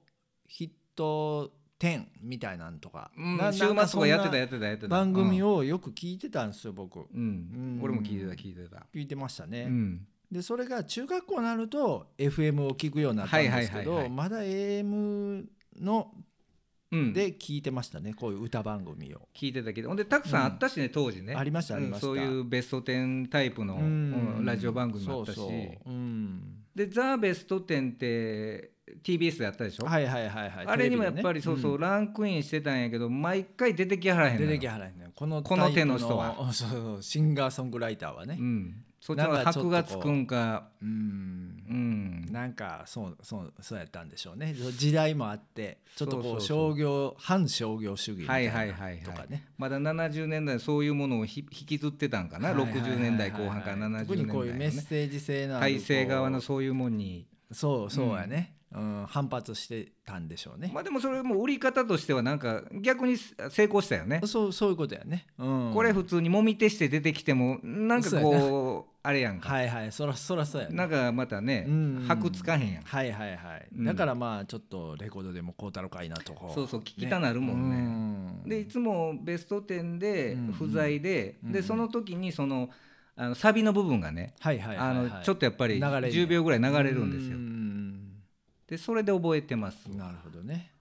Speaker 1: ヒット10みたいなんとか、
Speaker 2: うん
Speaker 1: な
Speaker 2: 週末とかやってた
Speaker 1: なん
Speaker 2: やってたやって
Speaker 1: そんな
Speaker 2: た
Speaker 1: 番組
Speaker 2: を
Speaker 1: をよく聞いてたんですよ僕
Speaker 2: うん、うん
Speaker 1: うん
Speaker 2: 俺も聞いてた聞いてた、
Speaker 1: 聞いてましたね、
Speaker 2: うん
Speaker 1: でそれが中学校になると FM を聞くようになったんですけど、
Speaker 2: はいはいはいはい
Speaker 1: まだ AM の
Speaker 2: うん、
Speaker 1: で聞いてましたねこういう歌番組を、
Speaker 2: 聞いてたけどほんでたくさんあったしね、当時ね
Speaker 1: ありましたあり
Speaker 2: うん
Speaker 1: ました、
Speaker 2: そういうベスト10タイプの、
Speaker 1: うん
Speaker 2: うんラジオ番組もあったし
Speaker 1: そうそううん
Speaker 2: で「ザ・ベスト10」って TBS でやったでしょ、
Speaker 1: はいはいはいはい
Speaker 2: あれにもやっぱりそうそう、
Speaker 1: う
Speaker 2: ランクインしてたんやけど毎回出てきはらへんの
Speaker 1: 出
Speaker 2: よ
Speaker 1: てきはらへんねこの
Speaker 2: この手の人は
Speaker 1: タイプのそうそうシンガーソングライターはね
Speaker 2: うん、そっちの方
Speaker 1: なん
Speaker 2: が
Speaker 1: かちょっと
Speaker 2: 箔がつくんか
Speaker 1: うん
Speaker 2: うん
Speaker 1: なんかそうそうそうやったんでしょうねそう時代もあってちょっとこ
Speaker 2: そううそうそう
Speaker 1: 商業反商業主義みたい
Speaker 2: はいはいはいはい
Speaker 1: なとかね
Speaker 2: まだ70年代そういうものをひ引きずってたんかな、
Speaker 1: はいはいはいはい
Speaker 2: 60年代後半から70年代、ね、
Speaker 1: 特にこういうメッセージ性のある
Speaker 2: 体制側の
Speaker 1: こ
Speaker 2: そういうもんに
Speaker 1: うそうそうやね、うん反発してたんでしょうね、
Speaker 2: まあでもそれも売り方としてはなんか逆に成功したよね
Speaker 1: そうそういうことやね、うん、
Speaker 2: これ普通にもみ手して出てきてもなんかこうあれやんか
Speaker 1: はいはいそらそらそうやね
Speaker 2: なんかまたね
Speaker 1: うん
Speaker 2: 箔つかへんやん
Speaker 1: はいはいはい、
Speaker 2: うん
Speaker 1: だからまあちょっとレコードでもこうたろかいなとこ
Speaker 2: そうそう聞きたなるもんね
Speaker 1: ね
Speaker 2: でいつもベスト10で
Speaker 1: うん
Speaker 2: 不在で
Speaker 1: うん
Speaker 2: でその時にそのあのサビの部分がね
Speaker 1: はいはいは
Speaker 2: あ
Speaker 1: いはい、
Speaker 2: のちょっとやっぱり
Speaker 1: 流れる
Speaker 2: 10秒ぐらい流れるんですよ
Speaker 1: うん
Speaker 2: でそれで覚えてます
Speaker 1: なるほどね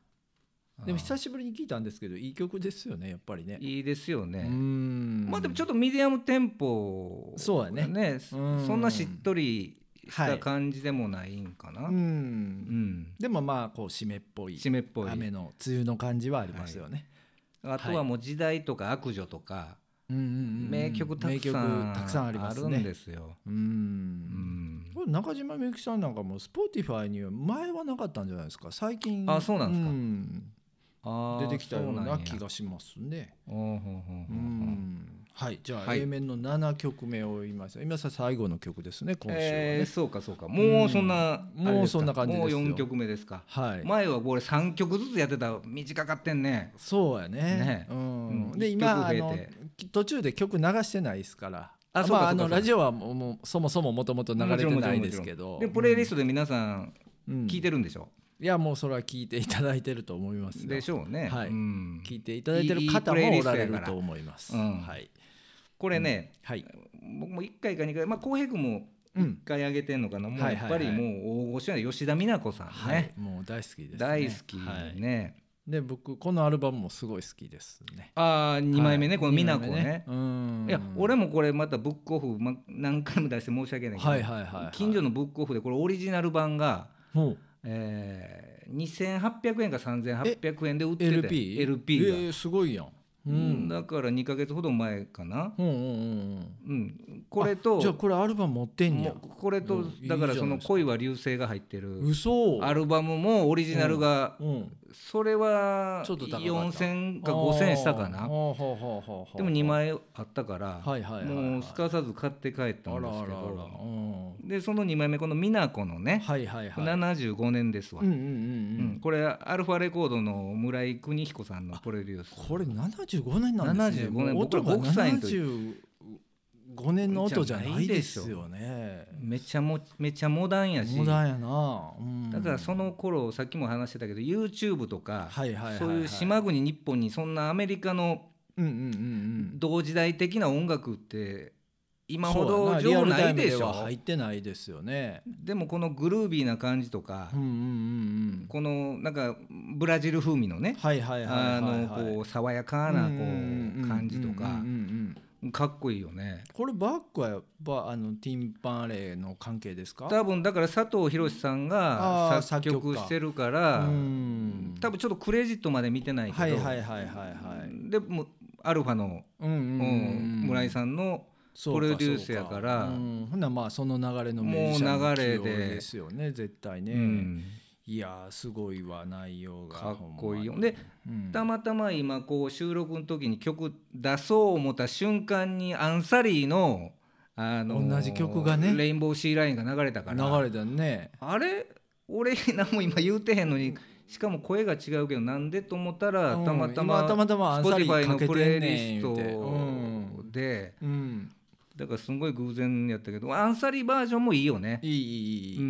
Speaker 1: でも久しぶりに聞いたんですけどいい曲ですよねやっぱりね。
Speaker 2: いいですよ
Speaker 1: うー
Speaker 2: ね
Speaker 1: ん
Speaker 2: まあでもちょっとミディアムテンポ
Speaker 1: そうやね
Speaker 2: そ
Speaker 1: うん
Speaker 2: んなしっとりし
Speaker 1: は
Speaker 2: た
Speaker 1: い
Speaker 2: 感じでもないんかな
Speaker 1: う
Speaker 2: うんん
Speaker 1: でもまあこう湿っぽい
Speaker 2: 湿っぽい
Speaker 1: 雨の梅雨の感じはありますよね。
Speaker 2: あとはもう時代とか悪女とか
Speaker 1: うんうんうんうん
Speaker 2: 名曲たくさん
Speaker 1: 名曲たくさんあります
Speaker 2: るん
Speaker 1: ね
Speaker 2: で。すよ。
Speaker 1: う
Speaker 2: うんん
Speaker 1: これ中島みゆきさんなんかも Spotify には前はなかったんじゃないですか最近
Speaker 2: あそうなんですか
Speaker 1: ん
Speaker 2: あー
Speaker 1: 出てきたよう
Speaker 2: そうな
Speaker 1: なん
Speaker 2: や
Speaker 1: 気がしますね。
Speaker 2: おーほうほうほうほう
Speaker 1: うんはいじゃあ
Speaker 2: はい
Speaker 1: A 面の7曲目を言いました今さ最後の曲ですね今週はね、
Speaker 2: えーそうかそうかもうそんな、
Speaker 1: うん
Speaker 2: あれ
Speaker 1: もう
Speaker 2: か
Speaker 1: そんな感じですよ
Speaker 2: もう4曲目ですか、
Speaker 1: はい、
Speaker 2: 前は俺3曲ずつやってた短かってんね
Speaker 1: そうやね
Speaker 2: ね
Speaker 1: うん
Speaker 2: うん
Speaker 1: で
Speaker 2: 一
Speaker 1: 今あ
Speaker 2: 曲増
Speaker 1: の
Speaker 2: えて
Speaker 1: き途中で曲流してないですから
Speaker 2: あそう
Speaker 1: ま
Speaker 2: か
Speaker 1: ああ
Speaker 2: そうか
Speaker 1: の
Speaker 2: そうか
Speaker 1: ラジオはもうもうそもそももともと流れてないですけど
Speaker 2: でプレイリストで皆さん
Speaker 1: うん
Speaker 2: 聞いてるんでしょ、
Speaker 1: いやもうそれは聞いていただいてると思いますよ
Speaker 2: でしょうね、
Speaker 1: はい
Speaker 2: うん
Speaker 1: 聞いていただいてる方もおられると思います
Speaker 2: いいプレイリストやからうん
Speaker 1: はい
Speaker 2: これね、
Speaker 1: はい
Speaker 2: 僕も1回か2回まあ浩平君も
Speaker 1: うん
Speaker 2: 1回あげてんのかな、も
Speaker 1: は
Speaker 2: う
Speaker 1: い
Speaker 2: や
Speaker 1: は
Speaker 2: っ
Speaker 1: いは
Speaker 2: ぱ
Speaker 1: い
Speaker 2: りもう大御所や吉田美奈子さんね、
Speaker 1: はいもう大好きですね
Speaker 2: 大好きね、
Speaker 1: はいで僕このアルバムもすごい好きですね
Speaker 2: ああ2枚目ね、この美奈子ね
Speaker 1: 二枚目ねうん
Speaker 2: いや俺もこれまたブックオフ、ま、何回も出して申し訳ないけど、
Speaker 1: はいはいはいはい
Speaker 2: 近所のブックオフでこれオリジナル版が、
Speaker 1: もう
Speaker 2: えー、2800円か3800円で売ってて
Speaker 1: LP?
Speaker 2: LP が、
Speaker 1: えーすごいやんう
Speaker 2: うん
Speaker 1: ん
Speaker 2: だから2か月ほど前かな、
Speaker 1: うんうんうんうん
Speaker 2: うん、これと
Speaker 1: じゃあこれアルバム持ってんねや
Speaker 2: もうこれ
Speaker 1: う
Speaker 2: と
Speaker 1: んいいじゃないで
Speaker 2: だから
Speaker 1: すか
Speaker 2: その「恋は流星」が入ってる
Speaker 1: 嘘
Speaker 2: アルバムもオリジナルが、
Speaker 1: うん
Speaker 2: それは
Speaker 1: ちょっと高かった
Speaker 2: 4000か5000した
Speaker 1: あ
Speaker 2: か
Speaker 1: ー
Speaker 2: な
Speaker 1: ほうほうほうほうほう
Speaker 2: でも2枚あったから、
Speaker 1: はいはいはいはい
Speaker 2: もうすかさず買って帰った
Speaker 1: あ
Speaker 2: んで
Speaker 1: らあ
Speaker 2: すけ
Speaker 1: らあら
Speaker 2: ど。
Speaker 1: うん
Speaker 2: でその2枚目この「美奈子」のね、
Speaker 1: はいはいはい
Speaker 2: 75年ですわ、
Speaker 1: うんうんうんう
Speaker 2: うんんこれアルファレコードの村井邦彦さんのプロデュース
Speaker 1: これ75年なんですね。
Speaker 2: 75年
Speaker 1: もう音が
Speaker 2: 僕ら5歳
Speaker 1: 75年の音じゃないですよね。
Speaker 2: めちゃもめちゃモダンやし
Speaker 1: モダンやな。うん
Speaker 2: だからその頃さっきも話してたけど YouTube とか、
Speaker 1: はいはいはいはい
Speaker 2: そういう島国日本にそんなアメリカの
Speaker 1: うんうんうん
Speaker 2: 同時代的な音楽って
Speaker 1: うん。
Speaker 2: 今ほ
Speaker 1: そうや
Speaker 2: ど上ないで
Speaker 1: リアルタイム
Speaker 2: し
Speaker 1: は
Speaker 2: ょ
Speaker 1: 入ってないですよね。
Speaker 2: でもこのグルービーな感じとか、
Speaker 1: うんうんうんうん。
Speaker 2: このなんかブラジル風味のね
Speaker 1: はいはいはい
Speaker 2: あ
Speaker 1: はい
Speaker 2: の
Speaker 1: はい。
Speaker 2: こう爽やかなこ
Speaker 1: んんん
Speaker 2: うん感じと
Speaker 1: うん
Speaker 2: か
Speaker 1: うんうん
Speaker 2: かっこいいよね
Speaker 1: これバックはやっぱあのティンパンレーの関係ですか？
Speaker 2: 多分だから佐藤博さん
Speaker 1: あー
Speaker 2: が
Speaker 1: 作
Speaker 2: 作
Speaker 1: 曲
Speaker 2: 曲
Speaker 1: か
Speaker 2: してるから
Speaker 1: うん
Speaker 2: 多分ちょっとクレジットまで見てない
Speaker 1: は
Speaker 2: け
Speaker 1: い
Speaker 2: ど
Speaker 1: はいはいはいはい。
Speaker 2: でもアルファの
Speaker 1: うんうん
Speaker 2: う
Speaker 1: うんん。
Speaker 2: 村井さんの
Speaker 1: そうか
Speaker 2: プロデュースやから
Speaker 1: そううんほんならまあその流れのミュージシャンの
Speaker 2: もう流れで
Speaker 1: 起用ですよね絶対ね、
Speaker 2: うん
Speaker 1: いやーすごいわ内容が
Speaker 2: かっこいいよ
Speaker 1: ほんまに
Speaker 2: で
Speaker 1: うん
Speaker 2: たまたま今こう収録の時に曲出そう思った瞬間にアンサリーのあの
Speaker 1: 同じ曲がね
Speaker 2: レインボーシーライン」が流れたから
Speaker 1: 流れだね
Speaker 2: あれ俺何も今言うてへんのにしかも声が違うけどなんでと思ったら
Speaker 1: うん
Speaker 2: たまたま
Speaker 1: 今たまたまアンサリー
Speaker 2: Spotify
Speaker 1: か
Speaker 2: の
Speaker 1: け
Speaker 2: プレ
Speaker 1: て
Speaker 2: イ
Speaker 1: んね
Speaker 2: リ
Speaker 1: ん
Speaker 2: スト
Speaker 1: 言うてうん、
Speaker 2: で
Speaker 1: うん、
Speaker 2: だからすごい偶然やったけどアンサリーバージョンもいいよね
Speaker 1: い。いいいいいい、う
Speaker 2: う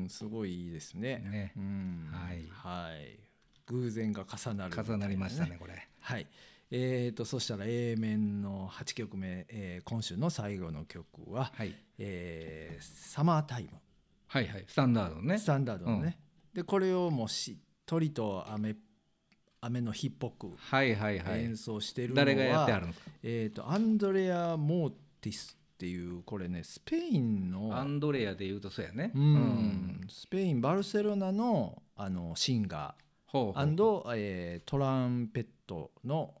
Speaker 2: ん
Speaker 1: んすごいいいですね
Speaker 2: ね
Speaker 1: うん、
Speaker 2: はい
Speaker 1: はい偶然が重なるみたいな
Speaker 2: 重なりましたねこれ。
Speaker 1: はい。えー、とそしたら A 面の8曲目、えー今週の最後の曲は
Speaker 2: はい
Speaker 1: 「えーサマータイム
Speaker 2: はいはいスタンダード」ね
Speaker 1: ス。タンダードのね、でこれをもうしっとりと雨雨の日っぽく
Speaker 2: はいはいはい
Speaker 1: 演。奏してるのは、
Speaker 2: 誰がやってあるんですか。
Speaker 1: えー、とアンドレア・モーティスっていうこれねスペインの、
Speaker 2: アンドレアで言うとそうやね。
Speaker 1: うん。スペインバルセロナのあのシンガ
Speaker 2: ほう
Speaker 1: ー
Speaker 2: ほう。
Speaker 1: &えートランペットの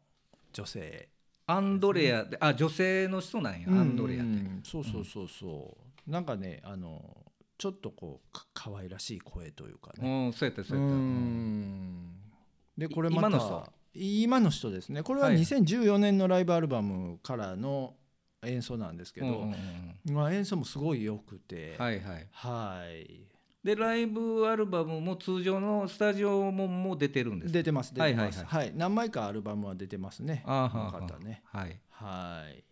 Speaker 1: 女性
Speaker 2: アンドレアであ女性の人なんやアンドレア
Speaker 1: う
Speaker 2: って。
Speaker 1: んそうそうそうそう、なんかねあのちょっとこうか可愛らしい声というかね、
Speaker 2: うんそうやったそう
Speaker 1: う
Speaker 2: やった。
Speaker 1: んでこれまた
Speaker 2: 今の人
Speaker 1: 今の人ですねこれは
Speaker 2: はい
Speaker 1: 2014年のライブアルバムからの演奏なんですけど、
Speaker 2: うんうんうん
Speaker 1: まあ、演奏もすごい良くて
Speaker 2: はいはい。
Speaker 1: はい
Speaker 2: でライブアルバムも通常のスタジオももう出てるんですか
Speaker 1: 出てます出てます
Speaker 2: はい
Speaker 1: はい何枚かアルバムは出てますね
Speaker 2: あ
Speaker 1: こ
Speaker 2: ーはーは
Speaker 1: の
Speaker 2: ー
Speaker 1: 方ね
Speaker 2: はい、
Speaker 1: はい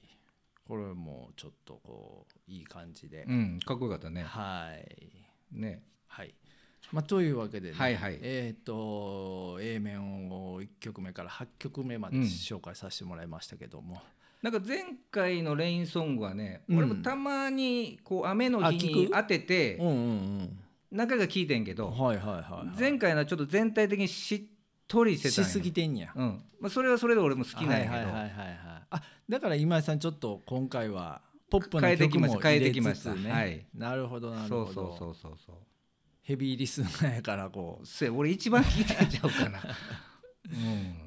Speaker 1: これもちょっとこういい感じで、
Speaker 2: うん、かっこよかったね
Speaker 1: はい
Speaker 2: ね
Speaker 1: はい。まあ、というわけでね、
Speaker 2: はいはい
Speaker 1: えっ、と A 面を1曲目から8曲目まで
Speaker 2: うん
Speaker 1: 紹介させてもらいましたけども、
Speaker 2: なんか前回のレインソングはね、
Speaker 1: うん
Speaker 2: 俺もたまにこう雨の日
Speaker 1: あ聞
Speaker 2: に
Speaker 1: く
Speaker 2: 当て
Speaker 1: うん、
Speaker 2: て
Speaker 1: うんうん
Speaker 2: 中が聞いてんけど、
Speaker 1: はいはいはい、はい、
Speaker 2: 前回のはちょっと全体的にしっとりしてたん
Speaker 1: し
Speaker 2: や
Speaker 1: すぎてんや、
Speaker 2: うんまあ、それはそれで俺も好きなんやけど、
Speaker 1: はいはいはいはいはいあだから今井さんちょっと今回はポップな
Speaker 2: 変えて
Speaker 1: 曲
Speaker 2: きまし
Speaker 1: も
Speaker 2: た
Speaker 1: 入れ
Speaker 2: 変えてきま
Speaker 1: つ
Speaker 2: し
Speaker 1: つ
Speaker 2: た
Speaker 1: ね、
Speaker 2: はい
Speaker 1: なるほどなるほ
Speaker 2: そ
Speaker 1: ど
Speaker 2: うそうそうそうそう
Speaker 1: ヘビーリスナーやからこ
Speaker 2: せ俺一番聞いてんちゃ うかな、う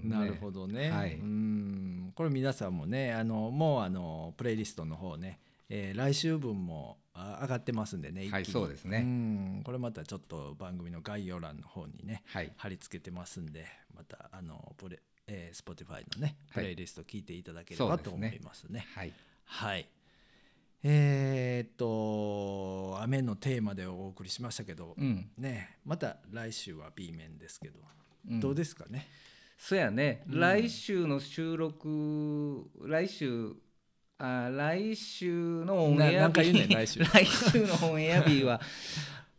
Speaker 1: う、
Speaker 2: ん、
Speaker 1: なるほどね、
Speaker 2: はい
Speaker 1: うんこれ皆さんもねあのもうあのプレイリストの方ね、えー来週分もあ上がってますんでね
Speaker 2: ね
Speaker 1: 一気に、
Speaker 2: はいそうです
Speaker 1: う
Speaker 2: ね、
Speaker 1: んこれまたちょっと番組の概要欄の方にね
Speaker 2: はい
Speaker 1: 貼り付けてますんでまたあのプレえー、Spotify のねプレイリスト聞いていただけれ
Speaker 2: そ
Speaker 1: ば
Speaker 2: うです
Speaker 1: と
Speaker 2: ね
Speaker 1: 思いますね。
Speaker 2: はい
Speaker 1: はい。えーっと雨のテーマでお送りしましたけど、
Speaker 2: うん、
Speaker 1: ねまた来週は B 面ですけど、
Speaker 2: うん
Speaker 1: どうですかね。
Speaker 2: そやね、
Speaker 1: うん
Speaker 2: 来週の収録来週あ来週のオンエ
Speaker 1: なな
Speaker 2: ア
Speaker 1: んか
Speaker 2: 日
Speaker 1: 言うねん来週
Speaker 2: 来週のオンエア 日は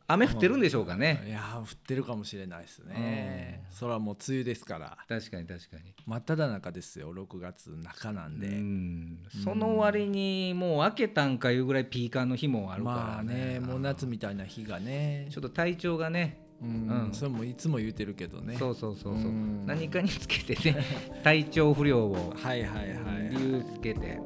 Speaker 2: 雨降ってるんでしょうかね
Speaker 1: いやー降ってるかもしれないですね。それはもう梅雨ですから
Speaker 2: 確かに確かに
Speaker 1: 真っ只中ですよ6月中なんで。
Speaker 2: うんその割にもう開けたんかいうぐらいピーカンの日もある
Speaker 1: ま
Speaker 2: か
Speaker 1: あ
Speaker 2: ら
Speaker 1: ね
Speaker 2: ね,、
Speaker 1: もう夏みたいな日がね
Speaker 2: ちょっと体調がね
Speaker 1: うん
Speaker 2: うん
Speaker 1: それもいつも言うてるけどね
Speaker 2: そうそうそうそう
Speaker 1: うん
Speaker 2: 何かにつけて ね体調不良を
Speaker 1: はいはいはい
Speaker 2: 理由つけて、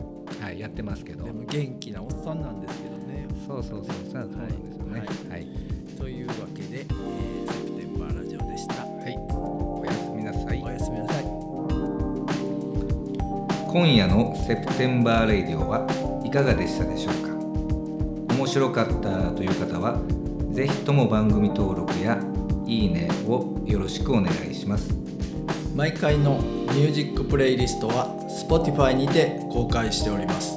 Speaker 2: はい、やってますけど
Speaker 1: でも元気なおっさんなんですけどね
Speaker 2: そうそうそうそうそうなんですよね
Speaker 1: はい
Speaker 2: はい
Speaker 1: というわけで、えーセプテンバーラジオでした
Speaker 2: はい、おやすみなさい
Speaker 1: お。やすみなさい
Speaker 2: 今夜のセプテンバーレイディオはいかがでしたでしょうか面白かったという方は、ぜひとも番組登録やいいねをよろしくお願いします。
Speaker 1: 毎回のミュージックプレイリストは Spotify にて公開しております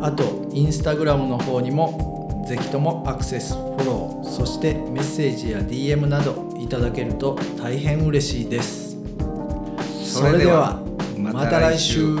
Speaker 1: あと Instagram の方にもぜひともアクセスフォローそしてメッセージや DM などいただけると大変嬉しいですそれではまた来週